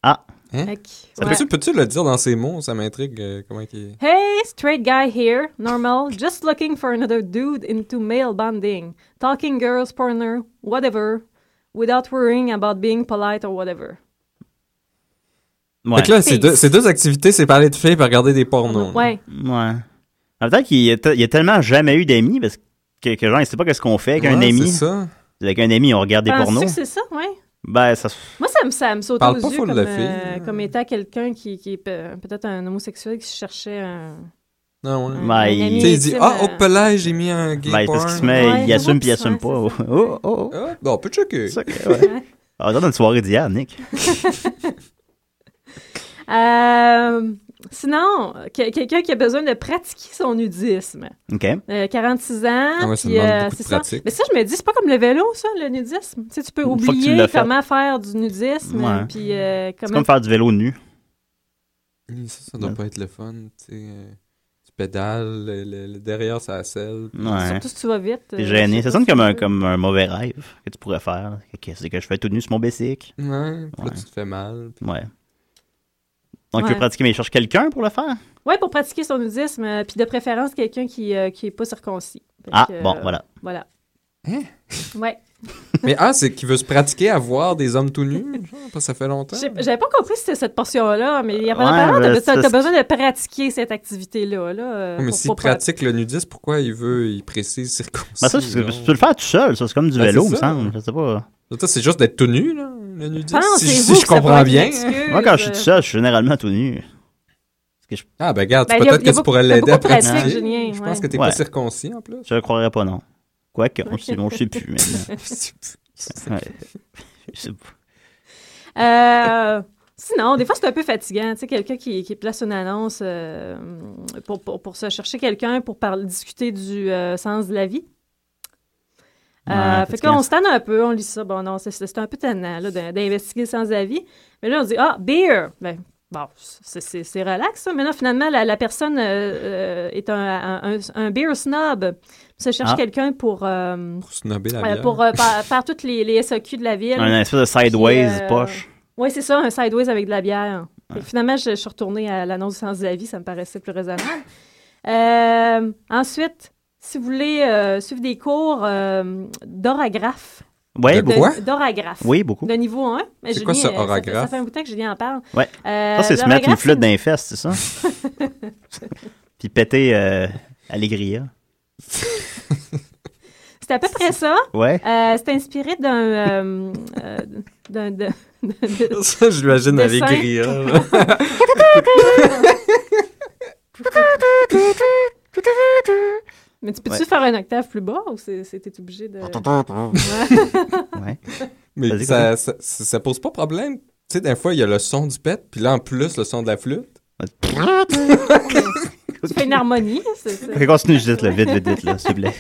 Speaker 3: Ah!
Speaker 5: Hein?
Speaker 6: Fait que,
Speaker 5: Ça
Speaker 6: ouais.
Speaker 5: Peux-tu peux-tu le dire dans ces mots? Ça m'intrigue euh, comment il...
Speaker 6: Hey, straight guy here, normal, just looking for another dude into male bonding, talking girls, porner, whatever, without worrying about being polite or whatever.
Speaker 3: Ouais.
Speaker 5: Fait que là, ces
Speaker 6: Peace.
Speaker 5: deux, ces deux activités, c'est parler de filles et regarder des pornos.
Speaker 6: Ouais.
Speaker 3: Ouais. En même temps, qu'il y a, te- il y a tellement jamais eu d'amis parce que, que genre, il sait pas qu'est-ce qu'on fait avec un
Speaker 5: Ouais,
Speaker 3: ami.
Speaker 5: c'est ça.
Speaker 3: Avec un ami, on regarde des
Speaker 6: Penses-tu que
Speaker 3: pornos.
Speaker 6: c'est ça, ouais?
Speaker 3: Ben, ça. se-
Speaker 6: Moi, ça me, ça me saute
Speaker 3: Parle
Speaker 6: aux
Speaker 3: pas
Speaker 6: yeux
Speaker 3: full
Speaker 6: comme,
Speaker 3: de
Speaker 6: euh,
Speaker 3: filles.
Speaker 6: comme étant quelqu'un qui, qui est pe- peut-être un homosexuel qui se cherchait un...
Speaker 5: Non, Ah,
Speaker 3: Ben,
Speaker 5: ouais. Tu
Speaker 3: il- oh,
Speaker 5: sais, il dit
Speaker 6: intime,
Speaker 5: Ah,
Speaker 6: Mm. euh,
Speaker 5: au palais, j'ai mis un gay
Speaker 3: Ben, c'est parce
Speaker 5: porn.
Speaker 3: qu'il se met, il
Speaker 6: Ouais,
Speaker 3: assume
Speaker 6: oups,
Speaker 3: puis il assume
Speaker 6: ouais,
Speaker 3: pas. Oh, oh, oh.
Speaker 5: Ah, bon, on peut checker.
Speaker 3: ouais. Ah, dans une soirée d'hier, Nick.
Speaker 6: Euh, sinon, que- quelqu'un qui a besoin de pratiquer son nudisme.
Speaker 3: OK.
Speaker 6: Euh, 46 ans.
Speaker 3: Ah ouais, ça
Speaker 6: puis,
Speaker 3: demande
Speaker 6: euh,
Speaker 3: beaucoup de
Speaker 6: c'est
Speaker 3: pratique.
Speaker 6: Mais ça, je me dis, c'est pas comme le vélo, ça, le nudisme. Tu, sais, tu peux
Speaker 3: Une fois que tu
Speaker 6: oublier
Speaker 3: l'as fait.
Speaker 6: comment faire du nudisme.
Speaker 3: Ouais.
Speaker 6: Puis, euh,
Speaker 3: C'est
Speaker 6: comment...
Speaker 3: comme faire du vélo nu.
Speaker 5: Hum, Ça, ça doit pas être le fun. Tu sais, euh, tu pédales, le, le- le derrière, ça selle.
Speaker 3: Ouais.
Speaker 6: Surtout si tu vas vite.
Speaker 3: T'es
Speaker 6: euh,
Speaker 3: gêné.
Speaker 6: je sais
Speaker 3: Ça
Speaker 6: pas
Speaker 3: sonne
Speaker 6: si
Speaker 3: comme
Speaker 6: tu
Speaker 3: un,
Speaker 6: peux.
Speaker 3: comme un mauvais rêve que tu pourrais faire. Qu'est-ce que je fais tout nu sur mon bicycle?
Speaker 5: Ouais, puis là,
Speaker 3: Ouais.
Speaker 5: tu te fais mal.
Speaker 3: Ouais. Donc, je
Speaker 6: Ouais.
Speaker 3: veux pratiquer, mais je cherche quelqu'un pour le faire?
Speaker 6: Ouais, pour pratiquer son nudisme. euh, puis de préférence, quelqu'un qui, euh, qui est pas circoncis. Fait
Speaker 3: Ah,
Speaker 6: que,
Speaker 3: bon,
Speaker 6: euh,
Speaker 3: voilà.
Speaker 6: Voilà. Hein? Ouais.
Speaker 5: Mais ah, c'est qu'il veut se pratiquer à voir des hommes tout nus? Genre, parce que ça fait longtemps.
Speaker 6: J'ai- J'avais pas compris c'était cette portion-là, mais il y a pas
Speaker 5: Ouais,
Speaker 6: l'air,
Speaker 5: ben,
Speaker 6: t'as- t'as
Speaker 5: c'est-
Speaker 6: t'as besoin de pratiquer cette activité-là. Là, euh,
Speaker 5: mais
Speaker 6: pour-
Speaker 5: s'il
Speaker 6: pour-
Speaker 5: pratique le nudisme, pourquoi il veut, il précise circoncis?
Speaker 3: Ben, ça, c'est-
Speaker 5: non?
Speaker 3: tu peux le faire tout seul, ça. C'est comme du
Speaker 5: Ben,
Speaker 3: vélo,
Speaker 5: c'est
Speaker 3: me
Speaker 5: ça.
Speaker 3: semble. Je sais pas.
Speaker 5: Ça, C'est juste d'être tout nu, là, le nudisme.
Speaker 6: Ah
Speaker 5: Si, si
Speaker 6: Pensez-vous
Speaker 5: je
Speaker 6: que ça pourrait
Speaker 5: comprends
Speaker 6: être
Speaker 5: bien.
Speaker 6: une excuse? euh,
Speaker 3: Moi, quand je suis tout seul, je suis généralement tout nu.
Speaker 5: Ah, ben regarde,
Speaker 6: Ben, il y a-
Speaker 5: peut-être
Speaker 6: il y
Speaker 5: que
Speaker 6: a
Speaker 5: tu
Speaker 6: beaucoup-
Speaker 5: pourrais
Speaker 6: il y a
Speaker 5: l'aider à
Speaker 6: beaucoup de pratiques,
Speaker 5: pratiquer.
Speaker 6: Julien,
Speaker 5: Je pense
Speaker 6: ouais.
Speaker 5: que t'es
Speaker 3: Ouais.
Speaker 5: pas circoncis, en plus.
Speaker 3: Je le croirais pas, non. Quoique, on sait, on sait plus maintenant. Ouais. Je sais pas.
Speaker 6: Euh, sinon, des fois, c'est un peu fatigant. Tu sais, quelqu'un qui, qui place une annonce euh, pour, pour, pour se chercher quelqu'un pour parler, discuter du euh, sens de la vie. Euh,
Speaker 11: Ouais,
Speaker 6: fait
Speaker 11: fatigant,
Speaker 6: qu'on se tanne un peu, on lit ça. Bon, non, c'est- c'est un peu tannant là, d'in- d'investiguer le sens de la vie. Mais là, on dit Ah, beer! Ben, bon, c'est- c'est c'est relax, ça. Mais là, finalement, la, la personne euh, euh, est un, un, un- un beer snob. Se cherche
Speaker 3: Ah.
Speaker 6: quelqu'un pour, euh,
Speaker 5: snobber la
Speaker 6: euh,
Speaker 5: bière.
Speaker 6: pour euh, faire, faire toutes les, les SAQ de la ville.
Speaker 3: Un espèce de sideways
Speaker 6: Puis, euh,
Speaker 3: poche.
Speaker 6: Oui, c'est ça, un sideways avec de la bière. Et Finalement, je, je suis retournée à l'annonce du sens de la vie, ça me paraissait plus raisonnable. Euh, ensuite, si vous voulez euh, suivre des cours euh, d'orographe.
Speaker 3: Ouais,
Speaker 6: De-
Speaker 3: beaucoup.
Speaker 6: D'orographe.
Speaker 3: Oui, beaucoup.
Speaker 6: De niveau 1. Mais
Speaker 3: C'est
Speaker 6: Julien,
Speaker 3: quoi ça,
Speaker 6: euh, fait- Ça fait,
Speaker 3: orographe?
Speaker 6: un bout de temps que Julien en parle.
Speaker 3: Ouais.
Speaker 6: Euh,
Speaker 3: ça, c'est se mettre une
Speaker 6: l'orographe,
Speaker 3: flûte dans les fesses, c'est ça? Puis péter euh, Allegria.
Speaker 6: C'est à peu près ça.
Speaker 3: Ouais.
Speaker 6: Euh, c'est inspiré d'un. euh, euh, d'un- d'un- d'un-
Speaker 5: Ça, je l'imagine
Speaker 6: d'un
Speaker 5: avec
Speaker 6: dessin.
Speaker 5: rire.
Speaker 6: Mais tu peux-tu
Speaker 5: Ouais.
Speaker 6: faire un octave plus bas ou c'est- c'est- t'es obligé de. Ouais.
Speaker 5: Mais
Speaker 3: Vas-y,
Speaker 5: ça,
Speaker 3: continue.
Speaker 5: ça, ça- ça pose pas problème. Tu sais, des fois, il y a le son du pet, puis là, en plus, le son de la flûte.
Speaker 6: tu fais une harmonie. c'est ça.
Speaker 3: Fait, continue, je dis, là, vite, vite, vite, là, s'il vous plaît.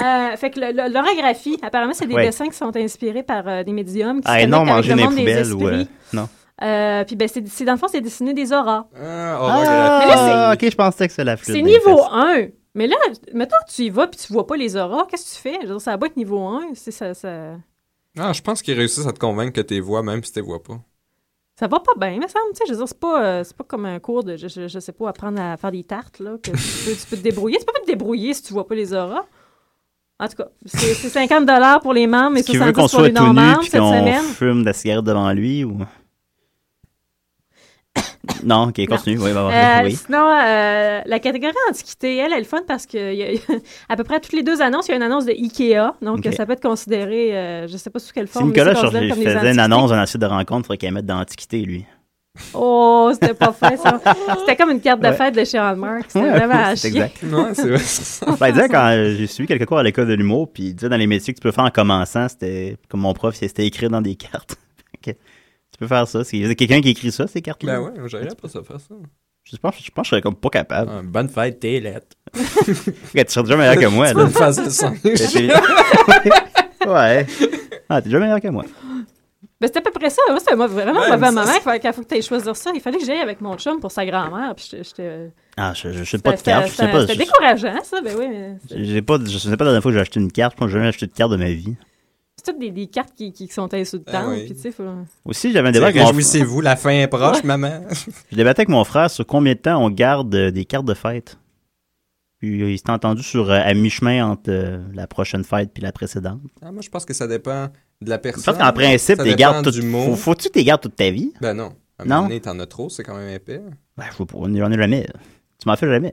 Speaker 6: Euh, fait que le- le- l'oragraphie, apparemment, c'est des
Speaker 3: Ouais.
Speaker 6: dessins qui sont inspirés par euh, des médiums qui
Speaker 3: Ah,
Speaker 6: se
Speaker 3: et non,
Speaker 6: connectent avec
Speaker 3: manger
Speaker 6: le
Speaker 3: dans
Speaker 6: monde
Speaker 3: les
Speaker 6: des
Speaker 3: poubelles ou. euh,
Speaker 6: esprits.
Speaker 3: non.
Speaker 6: Euh, puis ben, c'est, c'est- dans le fond, c'est dessiner des auras.
Speaker 3: Ah,
Speaker 5: oh,
Speaker 6: Mais là,
Speaker 3: ok, je pensais que c'est la
Speaker 6: c'est,
Speaker 3: flûte.
Speaker 6: c'est
Speaker 3: dans les
Speaker 6: niveau
Speaker 3: fesses.
Speaker 6: 1. Mais là, mettons que tu y vas puis tu vois pas les auras, qu'est-ce que tu fais? Je veux dire, ça va être niveau 1. C'est, ça, ça,
Speaker 5: Ah, je pense qu'ils réussissent à te convaincre que t'es vois, même si t'es vois pas.
Speaker 6: ça va pas bien, me semble. Tu sais, je veux dire, c'est pas, euh, c'est pas comme un cours de, je, je, je sais pas, apprendre à faire des tartes, là, que tu peux, tu peux te débrouiller. Tu peux pas te débrouiller si tu vois pas les auras. En tout cas, c'est, c'est 50 pour les membres et
Speaker 3: Est-ce qu'il veut
Speaker 6: 70
Speaker 3: qu'on
Speaker 6: pour
Speaker 3: soit
Speaker 6: les
Speaker 3: tout nu
Speaker 6: non-membres
Speaker 3: puis
Speaker 6: cette
Speaker 3: qu'on
Speaker 6: semaine.
Speaker 3: fume de la cigarette devant lui ou. Non, ok, continue. Oui, bah,
Speaker 6: Euh,
Speaker 3: oui.
Speaker 6: Sinon, euh, la catégorie antiquité, elle, elle est le fun parce que y a- à peu près toutes les deux annonces, il y a une annonce de Ikea. Donc,
Speaker 3: Ok.
Speaker 6: ça peut être considéré, euh, je ne sais pas sous quelle
Speaker 3: Si
Speaker 6: forme. mais
Speaker 3: Nicolas
Speaker 6: c'est
Speaker 3: Churchill
Speaker 6: considéré comme des
Speaker 3: faisait une
Speaker 6: antiquités.
Speaker 3: annonce dans un site de rencontre, il faudrait qu'elle mette dans l'Antiquité, lui.
Speaker 6: Oh, c'était pas fait, ça. C'était comme une carte de
Speaker 3: Ouais.
Speaker 6: fête de chez Hallmark. C'était
Speaker 3: Ouais,
Speaker 6: vraiment à
Speaker 3: c'est
Speaker 6: chier.
Speaker 3: exact. Ben, il disait, quand euh, j'ai suivi quelques cours à l'école de l'humour, puis il disait dans les métiers que tu peux faire en commençant, c'était comme mon prof, c'était écrit dans des cartes. Fait que tu peux faire ça. C'est il y a quelqu'un qui écrit ça, ces cartes-là.
Speaker 5: Ben ouais, j'aurais pas ça faire ça.
Speaker 3: Je pense, je pense que je serais comme pas capable.
Speaker 5: Ah, bonne fête, t'es lettre.
Speaker 3: tu serais déjà meilleur que moi.
Speaker 5: Tu
Speaker 3: là.
Speaker 5: vas me faire ça sans-
Speaker 3: Ben, j'ai- ouais. Ah, t'es déjà meilleur que moi.
Speaker 6: Ben, c'était à peu près ça. Moi, c'était un mauvais- vraiment
Speaker 5: Ouais,
Speaker 6: un mauvais
Speaker 5: mais ça,
Speaker 6: moment.
Speaker 5: c'est-
Speaker 6: Il fallait- Quand il faut que tu ailles choisir ça, il fallait que j'aille avec mon chum pour sa grand-mère. Puis j'étais- j'étais.
Speaker 3: Ah, je, je, je sais pas de
Speaker 6: c'était-
Speaker 3: cartes. Je sais
Speaker 6: c'était-
Speaker 3: pas.
Speaker 6: C'était
Speaker 3: je-
Speaker 6: décourageant, ça. Ben oui, mais
Speaker 3: J'ai pas, je sais pas la dernière fois que j'ai acheté une carte. Je pense que j'ai jamais acheté de carte de ma vie.
Speaker 6: c'est toutes des, des cartes qui, qui sont insultantes.
Speaker 5: Ah oui.
Speaker 6: Puis, tu sais, faut...
Speaker 3: Aussi, j'avais un débat avec mon frère.
Speaker 5: Réjouissez-vous, la fin est proche,
Speaker 6: Ouais.
Speaker 5: maman.
Speaker 3: Je débattais avec mon frère sur combien de temps on garde euh, des cartes de fête. Puis euh, il s'est entendu sur euh, à mi-chemin entre euh, la prochaine fête puis la précédente.
Speaker 5: Ah, moi, je pense que ça dépend de la
Speaker 3: Je
Speaker 5: personne.
Speaker 3: pense qu'en principe,
Speaker 5: ça
Speaker 3: t'es
Speaker 5: dépend
Speaker 3: gardes
Speaker 5: du
Speaker 3: toute,
Speaker 5: mot.
Speaker 3: faut, faut-tu que t'es gardes toute ta vie?
Speaker 5: Ben non. À un
Speaker 3: Non?
Speaker 5: moment donné, t'en as trop, c'est quand même épais.
Speaker 3: Ben, je veux pas, j'en ai jamais. Tu m'en fais jamais.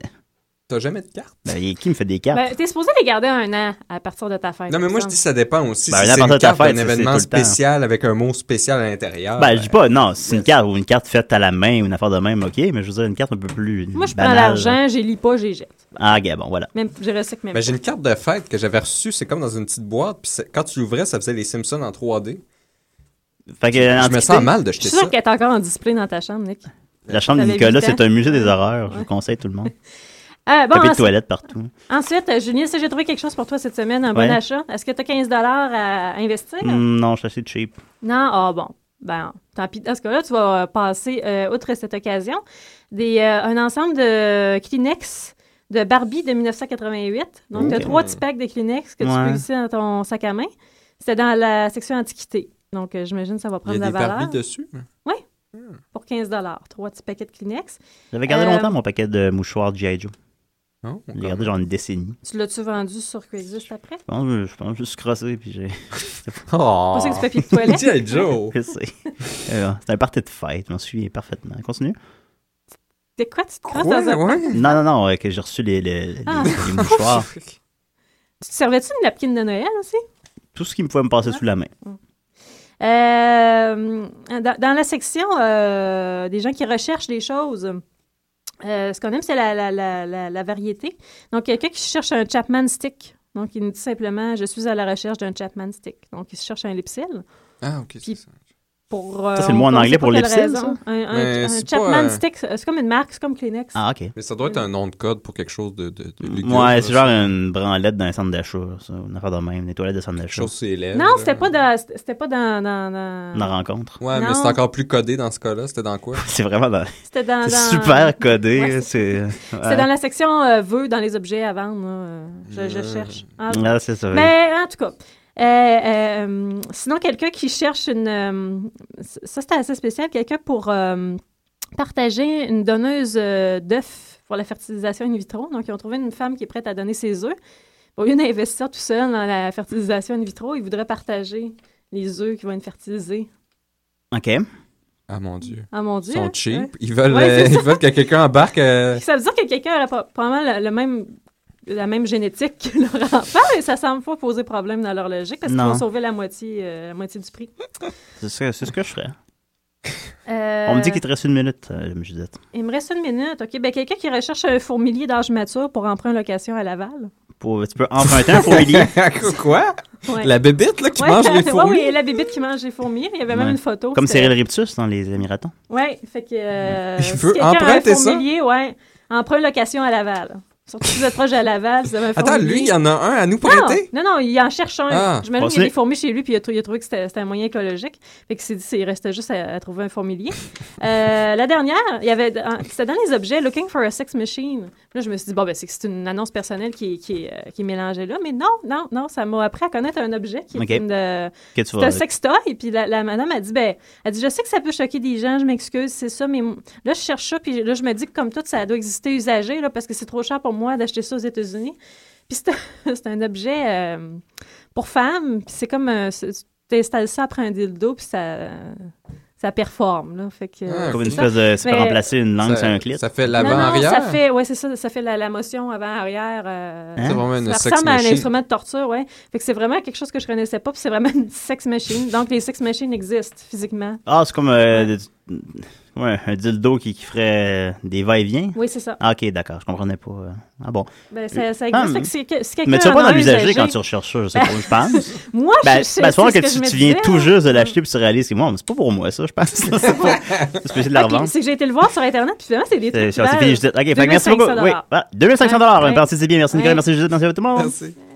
Speaker 5: T'as jamais de carte?
Speaker 3: Ben, y a qui me fait des cartes?
Speaker 6: Ben, t'es supposé les garder un an à partir de ta fête.
Speaker 5: Non, mais
Speaker 6: il
Speaker 5: moi,
Speaker 6: me
Speaker 5: je dis
Speaker 6: semble.
Speaker 5: ça dépend aussi.
Speaker 3: Ben,
Speaker 5: si
Speaker 3: là,
Speaker 5: c'est
Speaker 3: pendant
Speaker 5: une
Speaker 3: ta
Speaker 5: carte,
Speaker 3: fête,
Speaker 5: un
Speaker 3: ça, c'est
Speaker 5: événement
Speaker 3: tout le temps.
Speaker 5: spécial avec un mot spécial à l'intérieur.
Speaker 3: Ben, je dis pas, non, c'est une carte ou une carte faite à la main ou une affaire de même, ok, mais je veux dire une carte un peu plus.
Speaker 6: Moi, je prends
Speaker 3: banale.
Speaker 6: l'argent, j'ai lis pas, j'ai jette.
Speaker 3: Ah, ok, bon, voilà.
Speaker 6: Même, je recycle même.
Speaker 5: Ben, j'ai une carte de fête que j'avais reçue, c'est comme dans une petite boîte, puis c'est- quand tu l'ouvrais, ça faisait les Simpsons en 3D.
Speaker 3: Fait que,
Speaker 5: je me
Speaker 3: l'Antiquité-
Speaker 5: sens mal de
Speaker 6: Je suis
Speaker 5: jeter
Speaker 6: sûre
Speaker 5: ça.
Speaker 6: qu'elle est encore en display dans ta chambre, Nick.
Speaker 3: La chambre de
Speaker 6: T'avais
Speaker 3: Nicolas,
Speaker 6: huit ans. Ah.
Speaker 3: c'est un musée des horreurs. Je vous conseille tout le monde.
Speaker 6: Euh, bon,
Speaker 3: Papier de
Speaker 6: ensuite-
Speaker 3: toilette partout.
Speaker 6: Ensuite, euh, Julien, si j'ai trouvé quelque chose pour toi cette semaine, un
Speaker 3: Ouais.
Speaker 6: bon achat, est-ce que tu as 15 à investir?
Speaker 3: Hmm, non, je suis assez cheap.
Speaker 6: Non? Ah bon. Ben, tant pis. Dans ce cas-là, tu vas euh, passer, euh, outre cette occasion, des, euh, un ensemble de Kleenex de Barbie de 1988. Donc, tu as
Speaker 11: Ok.
Speaker 6: trois petits packs de Kleenex que tu
Speaker 11: Ouais.
Speaker 6: peux glisser dans ton sac à main. C'était dans la section antiquité. Donc, euh, j'imagine que ça
Speaker 5: Il
Speaker 6: va
Speaker 5: y
Speaker 6: prendre
Speaker 5: a
Speaker 6: de la
Speaker 5: des
Speaker 6: valeur.
Speaker 5: Barbies dessus. hein.
Speaker 6: Oui, pour 15 Trois petits paquets de Kleenex.
Speaker 3: J'avais gardé
Speaker 6: Euh,
Speaker 3: longtemps mon paquet de mouchoirs G.I. Joe.
Speaker 5: Non?
Speaker 3: J'ai gardé genre une décennie.
Speaker 6: Tu l'as-tu vendu sur Craigslist après?
Speaker 3: Je pense, que- je pense que je me suis crossé, puis j'ai. Ah.
Speaker 5: Oh!
Speaker 6: Pensais que du papier de toilette? G.I. Joe.
Speaker 3: Je sais. Euh, C'était un party de fête, je m'en souviens parfaitement. Continue.
Speaker 6: T'es quoi, tu te crosses dans un.
Speaker 3: Non, non, non, euh, que j'ai reçu les, les, les-
Speaker 6: Ah.
Speaker 3: les mouchoirs.
Speaker 6: Tu te servais-tu une napkin de Noël aussi?
Speaker 3: Tout ce qui me pouvait me passer sous la main.
Speaker 6: Euh, dans, dans la section euh, des gens qui recherchent des choses, euh, ce qu'on aime, c'est la, la- la- la- la variété. Donc, quelqu'un qui cherche un Chapman stick. Donc, il nous dit simplement Je suis à la recherche d'un Chapman stick. Donc, il se cherche un lipsil.
Speaker 5: Ah, ok, c'est ça.
Speaker 6: Pour, euh,
Speaker 3: Ça, c'est le mot en
Speaker 6: on- on
Speaker 3: anglais
Speaker 6: sait
Speaker 3: pour
Speaker 6: pas quelle
Speaker 3: lipsil, ça?
Speaker 6: raison. Un, un-
Speaker 5: Mais
Speaker 6: un
Speaker 5: c'est
Speaker 6: Chapman
Speaker 5: pas un-
Speaker 6: stick, c'est comme une marque, c'est comme Kleenex.
Speaker 3: Ah, ok.
Speaker 5: Mais ça doit être un nom de code pour quelque chose de, de, de lugubre,
Speaker 3: Ouais,
Speaker 5: là,
Speaker 3: c'est
Speaker 5: ça.
Speaker 3: genre une branlette d'un centre d'achat, ça, une affaire de même, des toilettes de centre d'achat.
Speaker 5: Chose sur les lèvres.
Speaker 6: non, c'était pas dans. C'était pas dans. dans- dans-
Speaker 3: Une rencontre.
Speaker 5: Ouais,
Speaker 6: Non.
Speaker 5: mais c'est encore plus codé dans ce cas-là. C'était dans quoi?
Speaker 3: C'est vraiment dans-
Speaker 6: C'était dans-
Speaker 3: c'est
Speaker 6: Ah, dans-
Speaker 3: super codé. c'est euh,
Speaker 6: C'était dans la section euh, vœux dans les objets à vendre. là. Euh, Je, je
Speaker 3: Euh,
Speaker 6: cherche. Ah,
Speaker 3: ah, c'est ça, oui.
Speaker 6: Mais en tout cas. euh, euh, sinon, quelqu'un qui cherche une. euh, ça, c'était assez spécial. Quelqu'un pour euh, partager une donneuse euh, d'œufs pour la fertilisation in vitro. Donc, ils ont trouvé une femme qui est prête à donner ses œufs. Au lieu d'investir tout seul dans la fertilisation in vitro, ils voudraient partager les œufs qui vont être fertilisés.
Speaker 3: OK.
Speaker 5: Ah, mon Dieu.
Speaker 6: Ah, mon Dieu,
Speaker 5: Ils sont
Speaker 6: hein?
Speaker 5: cheap.
Speaker 6: Ouais.
Speaker 5: Ils veulent,
Speaker 6: Ouais,
Speaker 5: euh,
Speaker 6: c'est
Speaker 5: ils
Speaker 6: ça.
Speaker 5: veulent que quelqu'un embarque. euh,
Speaker 6: Ça veut dire que quelqu'un aurait pas- probablement le, le même, la même génétique que leur enfant, mais ça semble pas poser problème dans leur logique parce qu'ils
Speaker 3: Non.
Speaker 6: vont sauver la moitié, euh, la moitié du prix.
Speaker 3: C'est ce, c'est ce que je ferais.
Speaker 6: Euh,
Speaker 3: On me dit qu'il te reste une minute, euh, Judith.
Speaker 6: Il me reste une minute. OK. Ben, quelqu'un qui recherche un fourmilier d'âge mature pour emprunt location à Laval.
Speaker 3: Pour- tu peux emprunter un fourmilier.
Speaker 5: Quoi?
Speaker 6: Ouais.
Speaker 5: La bébite, là, qui
Speaker 6: Ouais,
Speaker 5: mange
Speaker 6: ouais,
Speaker 5: les fourmis?
Speaker 6: Oui, la bébite qui mange les fourmis. Il y avait même
Speaker 3: Ouais.
Speaker 6: une photo.
Speaker 3: Comme
Speaker 6: c'était-
Speaker 3: Cyril Riptus dans les Émiratons.
Speaker 6: Oui, fait que. euh,
Speaker 3: Il
Speaker 6: si
Speaker 3: veut
Speaker 6: quelqu'un a
Speaker 5: emprunter
Speaker 6: un
Speaker 5: ça?
Speaker 6: fourmilier, ouais. Emprunt location à Laval. Surtout si vous êtes proche de Laval, vous avez un
Speaker 5: Attends, lui, il y en a un à nous
Speaker 6: Non,
Speaker 5: prêter?
Speaker 6: Non, non, il en cherche un.
Speaker 5: Ah.
Speaker 6: J'imagine qu'il y a
Speaker 5: Continue.
Speaker 6: des fourmis chez lui, puis il a, trou- il a trouvé que c'était c'était un moyen écologique. Fait que c'est dit, c'est- il restait juste à, à trouver un fourmilier. Euh, la dernière, il y avait, dans- c'était dans les objets, Looking for a Sex Machine. Puis Là, je me suis dit, bon, ben, c'est que c'est une annonce personnelle qui, est- qui, est, euh, qui est mélangée là. Mais non, non, non, ça m'a appris à connaître un objet qui est
Speaker 3: Ok.
Speaker 6: une, euh,
Speaker 3: Que tu
Speaker 6: c'est
Speaker 3: vas-
Speaker 6: un sextoy. Puis la, la madame a dit, ben, elle dit, je sais que ça peut choquer des gens, je m'excuse, c'est ça, mais m- là, je cherche ça, puis là, je me dis que comme tout, ça doit exister usagé, là, parce que c'est trop cher pour moi d'acheter ça aux États-Unis. Puis c'est un- c'est un objet euh, pour femmes, puis c'est comme un. c'est- Tu installes ça après un dildo, puis ça. Ça performe, là. Fait que,
Speaker 3: Ah, Comme
Speaker 6: c'est
Speaker 3: une
Speaker 6: ça.
Speaker 3: espèce de. C'est pas
Speaker 6: Mais-
Speaker 3: remplacer une langue
Speaker 5: Ça-
Speaker 3: sur un clit.
Speaker 5: ça fait
Speaker 6: non, non,
Speaker 5: l'avant-arrière.
Speaker 6: ça fait, ouais, c'est ça, ça fait la, la motion avant-arrière. euh,
Speaker 5: Hein? C'est vraiment une
Speaker 6: ça
Speaker 5: sex
Speaker 6: ressemble à un
Speaker 5: machine.
Speaker 6: instrument de torture, ouais. Fait que c'est vraiment quelque chose que je connaissais pas, puis c'est vraiment une sex machine. Donc les sex machines existent physiquement.
Speaker 3: Ah, c'est comme euh, de- ouais, un dildo qui, qui ferait euh, des va-et-vient.
Speaker 6: Oui, c'est ça.
Speaker 3: Ah, ok, d'accord, je comprenais pas. euh. Ah bon.
Speaker 6: Ben, ça- ça
Speaker 3: Euh,
Speaker 6: existe,
Speaker 3: ah,
Speaker 6: fait que c'est que- si quelqu'un
Speaker 3: Mais tu vas
Speaker 6: en
Speaker 3: pas
Speaker 6: a
Speaker 3: dans
Speaker 6: un
Speaker 3: l'usager
Speaker 6: usagé-
Speaker 3: quand tu recherches ça, je sais pas, je pense.
Speaker 6: Moi, je-
Speaker 3: ben,
Speaker 6: c'est-
Speaker 3: ben, souvent
Speaker 6: c'est
Speaker 3: que,
Speaker 6: ce
Speaker 3: tu,
Speaker 6: que je
Speaker 3: tu
Speaker 6: me
Speaker 3: viens
Speaker 6: disais,
Speaker 3: tout
Speaker 6: hein.
Speaker 3: juste de l'acheter puis tu réalises que moi, c'est pas pour moi ça, je pense. c'est pas c'est possible de la
Speaker 6: Ok,
Speaker 3: revendre.
Speaker 6: C'est que j'ai été le voir sur Internet, puis finalement, c'est des
Speaker 3: C'est
Speaker 6: trucs.
Speaker 3: c'est fini, Judith. Ok, fait que merci
Speaker 6: 2500
Speaker 3: beaucoup. Oui, voilà, 2500
Speaker 6: Ouais.
Speaker 3: dollars, hein, merci, c'est bien. Merci, Nicolas,
Speaker 6: Ouais.
Speaker 3: merci, Judith, merci à tout le monde.
Speaker 6: Merci.